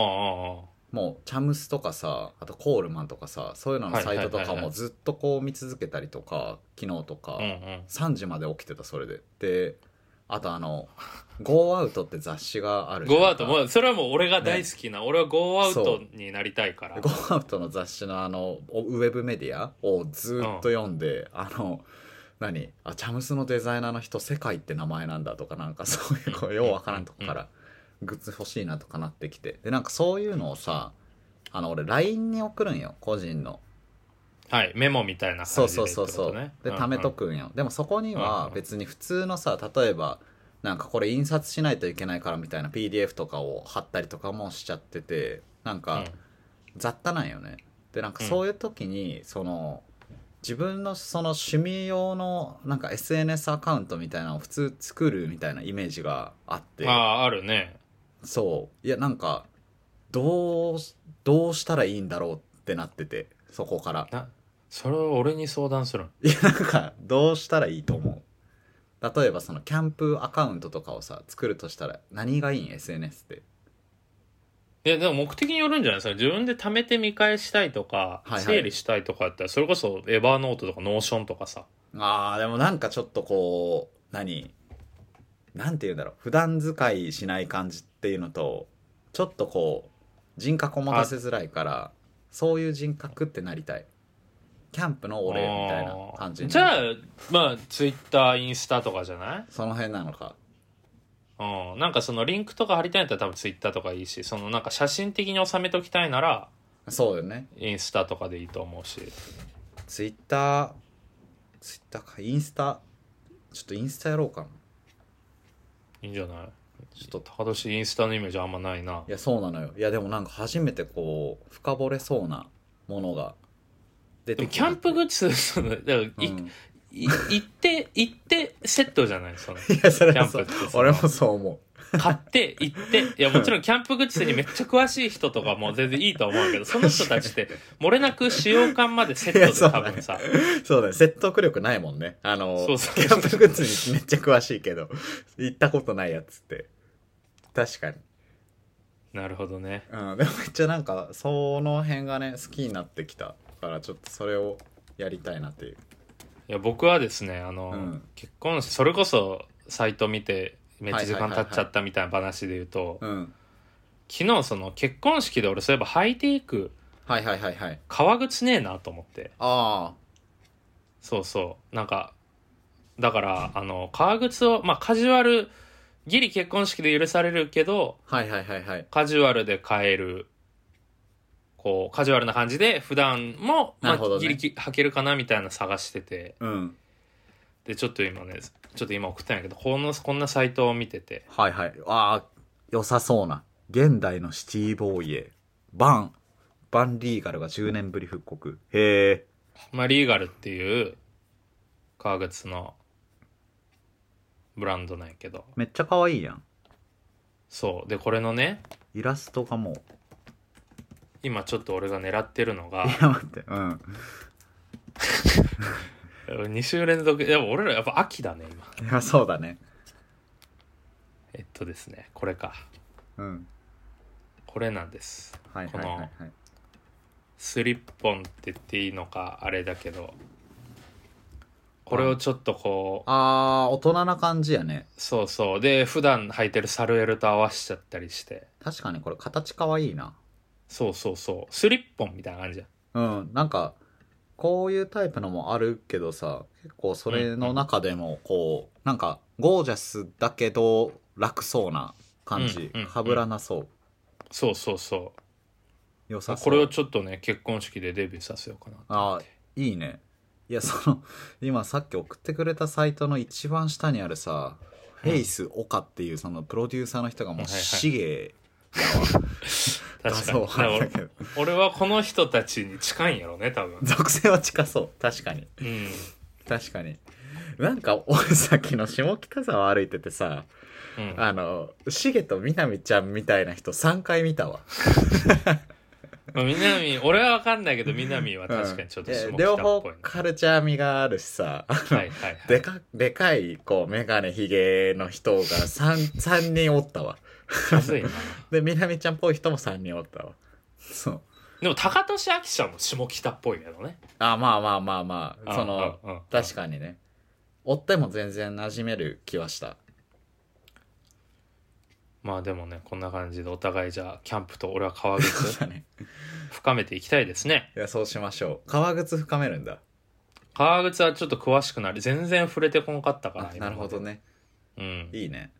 Speaker 1: もうチャムスとかさあとコールマンとかさそういうののサイトと
Speaker 2: はいは
Speaker 1: か
Speaker 2: いはいは
Speaker 1: も
Speaker 2: い
Speaker 1: ずっとこう見続けたりとか昨日とか、
Speaker 2: ああうんうん
Speaker 1: 3時まで起きてたそれでであとあの「ゴーアウト」って雑誌があるじゃん
Speaker 2: ゴーアウトもうそれはもう俺が大好きな、俺はゴーアウトになりたいから
Speaker 1: ゴーアウトの雑誌のあのおウェブメディアをずーっと読んで、あの何あチャムスのデザイナーの人世界って名前なんだとかなんか そういうこ
Speaker 2: う
Speaker 1: うんようわからんとこからグッズ欲しいなとかなってきてでなんかそういうのをさあの俺 LINE に送るんよ個人の
Speaker 2: はいメモみたいな
Speaker 1: そ
Speaker 2: 感
Speaker 1: う
Speaker 2: じ
Speaker 1: そ
Speaker 2: でっ
Speaker 1: う
Speaker 2: てこ
Speaker 1: そうそ
Speaker 2: と
Speaker 1: う
Speaker 2: ね
Speaker 1: で貯めとくんよ、でもそこに
Speaker 2: うん
Speaker 1: は
Speaker 2: うん
Speaker 1: 別に普通のさ例えばなんかこれ印刷しないといけないからみたいな PDF とかを貼ったりとかもしちゃっててなん
Speaker 2: うん
Speaker 1: か雑多なんよねでなんかそういう時に、その自分のその趣味用のなんか SNS アカウントみたいなのを普通作るみたいなイメージがあって
Speaker 2: うんあああるね
Speaker 1: そういやなんかどうどうしたらいいんだろうってなっててそこから
Speaker 2: なそれを俺に相談するん
Speaker 1: いやなんかどうしたらいいと思う例えばそのキャンプアカウントとかをさ作るとしたら何がいいん SNS って
Speaker 2: いやでも目的によるんじゃないですか自分で貯めて見返したいとか、
Speaker 1: はいはい
Speaker 2: 整理したいとかやったらそれこそエバーノートとかノーションとかさ
Speaker 1: あーでもなんかちょっとこう何なんて言うんだろう普段使いしない感じっていうのとちょっとこう人格を持たせづらいからそういう人格ってなりたいキャンプの俺みたいな感じ
Speaker 2: あー
Speaker 1: に
Speaker 2: じゃあ
Speaker 1: あ
Speaker 2: まあツイッターインスタとかじゃない
Speaker 1: その辺なのか
Speaker 2: うん、なんかそのリンクとか貼りたいんだったら多分ツイッターとかいいしそのなんか写真的に収めときたいなら
Speaker 1: そうよね
Speaker 2: インスタとかでいいと思うし
Speaker 1: ツイッターツイッターかインスタちょっとインスタやろうかない
Speaker 2: いんじゃない
Speaker 1: ちょっ
Speaker 2: ちょ
Speaker 1: と
Speaker 2: っと高年インスタのイメージあんまないない
Speaker 1: やそうなのよいやでもなんか初めてこう深掘れそうなものが出
Speaker 2: で
Speaker 1: て
Speaker 2: もキャンプグ
Speaker 1: ッ
Speaker 2: ッズそのだからい、
Speaker 1: うん
Speaker 2: い行って行ってセットじゃないその
Speaker 1: いやそれ
Speaker 2: キャ
Speaker 1: は
Speaker 2: ンプ
Speaker 1: そ
Speaker 2: っ
Speaker 1: う
Speaker 2: てその
Speaker 1: 俺もそう思う
Speaker 2: 買って行っていやもちろんキャンプグッズにめっちゃ詳しい人とかも全然いいと思 うけどその人たちって漏れなく使用感までセット
Speaker 1: いや そう
Speaker 2: で多
Speaker 1: だね
Speaker 2: 分さ、
Speaker 1: そうだね説得力ないもんねあの
Speaker 2: そうそう
Speaker 1: キャンプグッズにめっちゃ詳しいけど行ったことないやつって確かに、
Speaker 2: なるほどね
Speaker 1: うん、でもめっちゃなんかその辺がね好きになってきたからちょっとそれをやりたいなっていう
Speaker 2: いや僕はですねあの、
Speaker 1: うん
Speaker 2: 結婚式それこそサイト見てめっちゃ時
Speaker 1: はいは
Speaker 2: 間
Speaker 1: いはいは
Speaker 2: 経
Speaker 1: い
Speaker 2: っちゃったみたいな話で言うと、
Speaker 1: うん
Speaker 2: 昨日その結婚式で俺そういえば履いていく
Speaker 1: はいはいはいはい
Speaker 2: 革靴ねえなと思って
Speaker 1: あ
Speaker 2: そうそうなんかだからあの革靴をまあカジュアルギリ結婚式で許されるけど
Speaker 1: あはいはいはいはい
Speaker 2: カジュアルで買えるこうカジュアルな感じで普段もま
Speaker 1: な
Speaker 2: あ
Speaker 1: るほどね
Speaker 2: ギリき履けるかなみたいな探してて
Speaker 1: うん
Speaker 2: でちょっと今ねちょっと今送ったんやけどこのこんなサイトを見てて
Speaker 1: はいはい。ああ、良さそうな。現代のシティボーイへ。バン、バンリーガルが10年ぶり復刻。へえ。
Speaker 2: まあ、リーガルっていう革靴のブランドなんやけど
Speaker 1: めっちゃ可愛いやん。
Speaker 2: そうでこれのね
Speaker 1: イラストがもう。
Speaker 2: 今ちょっと俺が狙ってるのが
Speaker 1: いや、待って。うん。
Speaker 2: 2週連続でも俺らやっぱ秋だね今
Speaker 1: いや、そうだね。
Speaker 2: えっとですねこれか
Speaker 1: うん。
Speaker 2: これなんです
Speaker 1: はいはいはい、はい。
Speaker 2: スリッポンって言っていいのかあれだけどこれをちょっとこう
Speaker 1: ああー、大人な感じやね。
Speaker 2: そうそうで普段履いてるサルエルと合わしちゃったりして
Speaker 1: 確かにこれ形可愛いな。
Speaker 2: そうそうそうスリッポンみたいな感じだ
Speaker 1: うん。なんか、こういうタイプのもあるけどさ、結構それの中でも、こう、なんか、ゴージャスだけど、楽そうな感じ
Speaker 2: うんうん。
Speaker 1: かぶらなそう。
Speaker 2: そうそうそう
Speaker 1: 良さそう。
Speaker 2: これをちょっとね結婚式でデビューさせようかな
Speaker 1: ああいいねいやその今さっき送ってくれたサイトの一番下にあるさ、
Speaker 2: うん
Speaker 1: フェイスオカっていうそのプロデューサーの人がも
Speaker 2: は
Speaker 1: う
Speaker 2: いはい
Speaker 1: シゲだそ
Speaker 2: 確かに
Speaker 1: う
Speaker 2: だから
Speaker 1: だ
Speaker 2: 俺
Speaker 1: けど
Speaker 2: 俺はこの人たちに近いんやろね多分
Speaker 1: 属性は近そう確かに
Speaker 2: うん
Speaker 1: 確かになんか俺さっきの下北沢歩いててさ
Speaker 2: うん
Speaker 1: あのシゲとみなみちゃんみたいな人3回見たわ
Speaker 2: まあ南俺は分かんないけど南は確かにちょっと下
Speaker 1: うん
Speaker 2: 北
Speaker 1: 両
Speaker 2: っ
Speaker 1: 方
Speaker 2: ぽいね、
Speaker 1: カルチャー味があるしさ
Speaker 2: はいはいはい
Speaker 1: でかでかいこうメガネヒゲの人が 3, 3人おったわ
Speaker 2: むずいな
Speaker 1: で、みなみちゃんっぽい人も3人おったわ。そう。
Speaker 2: でも高俊明ちゃんも下北っぽいけどね
Speaker 1: あ、まあまあまあまあ、その、
Speaker 2: うんうんうん
Speaker 1: 確かにね。追っても全然馴染める気はした。
Speaker 2: まあでもねこんな感じでお互いじゃあキャンプと俺は 革
Speaker 1: そう
Speaker 2: 靴
Speaker 1: だね
Speaker 2: 深めていきたいですね
Speaker 1: いやそうしましょう革靴深めるんだ
Speaker 2: 革靴はちょっと詳しくなり全然触れてこんかったから
Speaker 1: あなるほどね
Speaker 2: うん
Speaker 1: いいね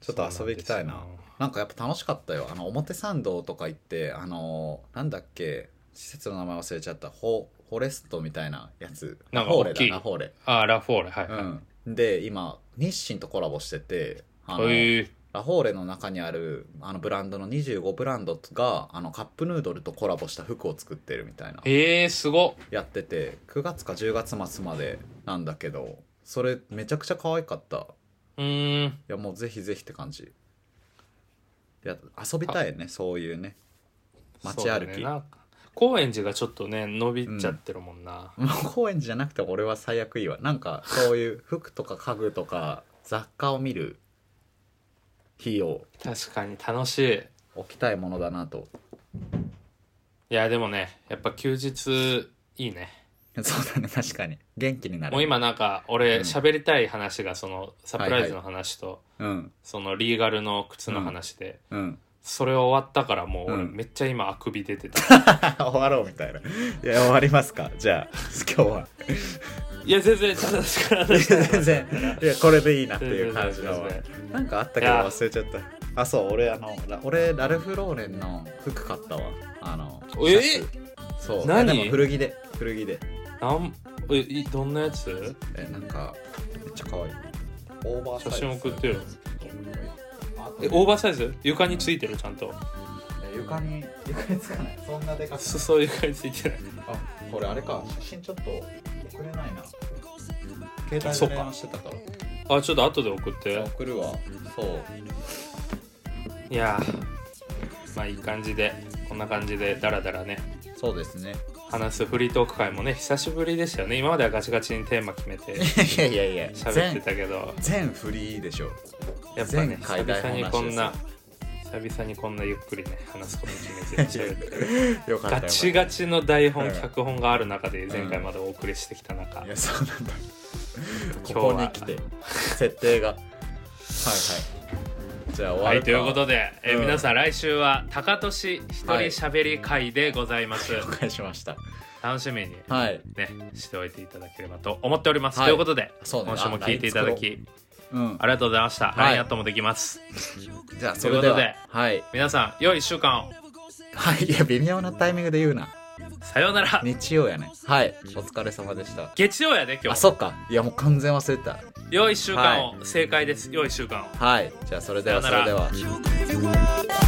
Speaker 1: ちょっと遊び行きたいな
Speaker 2: そう
Speaker 1: なん
Speaker 2: ですよ
Speaker 1: かやっぱ楽しかったよあの表参道とか行ってあのーなんだっけ施設の名前忘れちゃったホフォレストみたいなやつ
Speaker 2: なんか
Speaker 1: ホー
Speaker 2: 大
Speaker 1: レ
Speaker 2: き
Speaker 1: だ
Speaker 2: い
Speaker 1: なホーレ
Speaker 2: あラフォーレはいはい、
Speaker 1: うんで今日清とコラボしててあの
Speaker 2: へえ
Speaker 1: ラフォーレの中にあるあのブランドの25ブランドがあのカップヌードルとコラボした服を作ってるみたいな
Speaker 2: えー、すごっ
Speaker 1: やってて9月か10月末までなんだけどそれめちゃくちゃ可愛かったいう
Speaker 2: ーん
Speaker 1: やもうぜひぜひって感じいや遊びたいねそういうね街歩
Speaker 2: そうだね
Speaker 1: き、
Speaker 2: なんか高円寺がちょっとね伸びちゃってるもんな、
Speaker 1: もう高円寺じゃなくて俺は最悪いいわなんかそういう服とか家具とか雑貨を見る費用
Speaker 2: 確かに楽しい
Speaker 1: 置きたいものだなと
Speaker 2: いやでもねやっぱ休日いいね
Speaker 1: そうだね確かに元気になる
Speaker 2: もう今なんか俺
Speaker 1: うん
Speaker 2: 喋りたい話がそのサプライズの話と、
Speaker 1: うん
Speaker 2: そのリーガルの靴の話で、
Speaker 1: うん
Speaker 2: それ終わったからもう俺
Speaker 1: うん
Speaker 2: めっちゃ今あくび出てた、
Speaker 1: 終わろうみたいないや終わりますかじゃあ今日はい
Speaker 2: や全然正しく話してない
Speaker 1: 全然 いやこれでいいなっていう感じの
Speaker 2: 全
Speaker 1: なんかあったけど忘れちゃったあそう俺あのラ俺ラルフローレンの服買ったわあの
Speaker 2: え
Speaker 1: シャツそう
Speaker 2: 何
Speaker 1: いやでも古着で古着で
Speaker 2: なんえいどんなやつ
Speaker 1: えなんかめっちゃ可愛いオーバーサイズ
Speaker 2: 写真送ってよえ
Speaker 1: え
Speaker 2: オーバーサイズ床についてるちゃんと
Speaker 1: 床に床につかないそんなでかくない
Speaker 2: 裾床についてない
Speaker 1: あこれあれか写真ちょっと送れないな携帯
Speaker 2: そっ
Speaker 1: で
Speaker 2: か
Speaker 1: 電話してたから
Speaker 2: あちょっと後で送って
Speaker 1: 送るわそう
Speaker 2: いやーまあいい感じでこんな感じでダラダラね
Speaker 1: そうですね
Speaker 2: 話すフリートーク会もね久しぶりでしたよね今まではガチガチにテーマ決めて
Speaker 1: いやいやいや
Speaker 2: 喋ってたけど
Speaker 1: 全フリーでしょ
Speaker 2: やっぱね
Speaker 1: 前
Speaker 2: 久
Speaker 1: 回台
Speaker 2: 々
Speaker 1: 本
Speaker 2: に
Speaker 1: なしです
Speaker 2: こんな久々にこんなゆっくりね話すこと決めて喋 って
Speaker 1: よかったよかった
Speaker 2: ガチガチの台本、
Speaker 1: うん
Speaker 2: 脚本がある中で前回までお送りしてきた中、
Speaker 1: いやそうなんだ
Speaker 2: 日
Speaker 1: こ
Speaker 2: は
Speaker 1: こに来て設定がはいはいじゃあ終わ
Speaker 2: は
Speaker 1: る
Speaker 2: いということ
Speaker 1: で
Speaker 2: で、えー
Speaker 1: うん
Speaker 2: 皆さん来週は「高年一人喋り会」でござ います、
Speaker 1: 了解しました
Speaker 2: 楽しみに
Speaker 1: はい
Speaker 2: ねしておいていただければと思っております、
Speaker 1: はい
Speaker 2: ということで
Speaker 1: そうね
Speaker 2: 今週も聞いていただき
Speaker 1: うん
Speaker 2: ありがとうございました、
Speaker 1: はい
Speaker 2: ラインアットもできます
Speaker 1: じゃあそれでは
Speaker 2: というこ
Speaker 1: はい
Speaker 2: 皆さん良い1週間を
Speaker 1: はいいや微妙なタイミングで言うな
Speaker 2: さようなら
Speaker 1: 日曜やねはいお疲れ様でした
Speaker 2: 月曜やで今
Speaker 1: あ
Speaker 2: 日
Speaker 1: そっかいやもう完全忘れてた
Speaker 2: 良い1週間を、正解です良い1週間を
Speaker 1: はいじゃあそれでは
Speaker 2: さ
Speaker 1: そ
Speaker 2: よ
Speaker 1: れ
Speaker 2: なら
Speaker 1: では
Speaker 3: You got me working.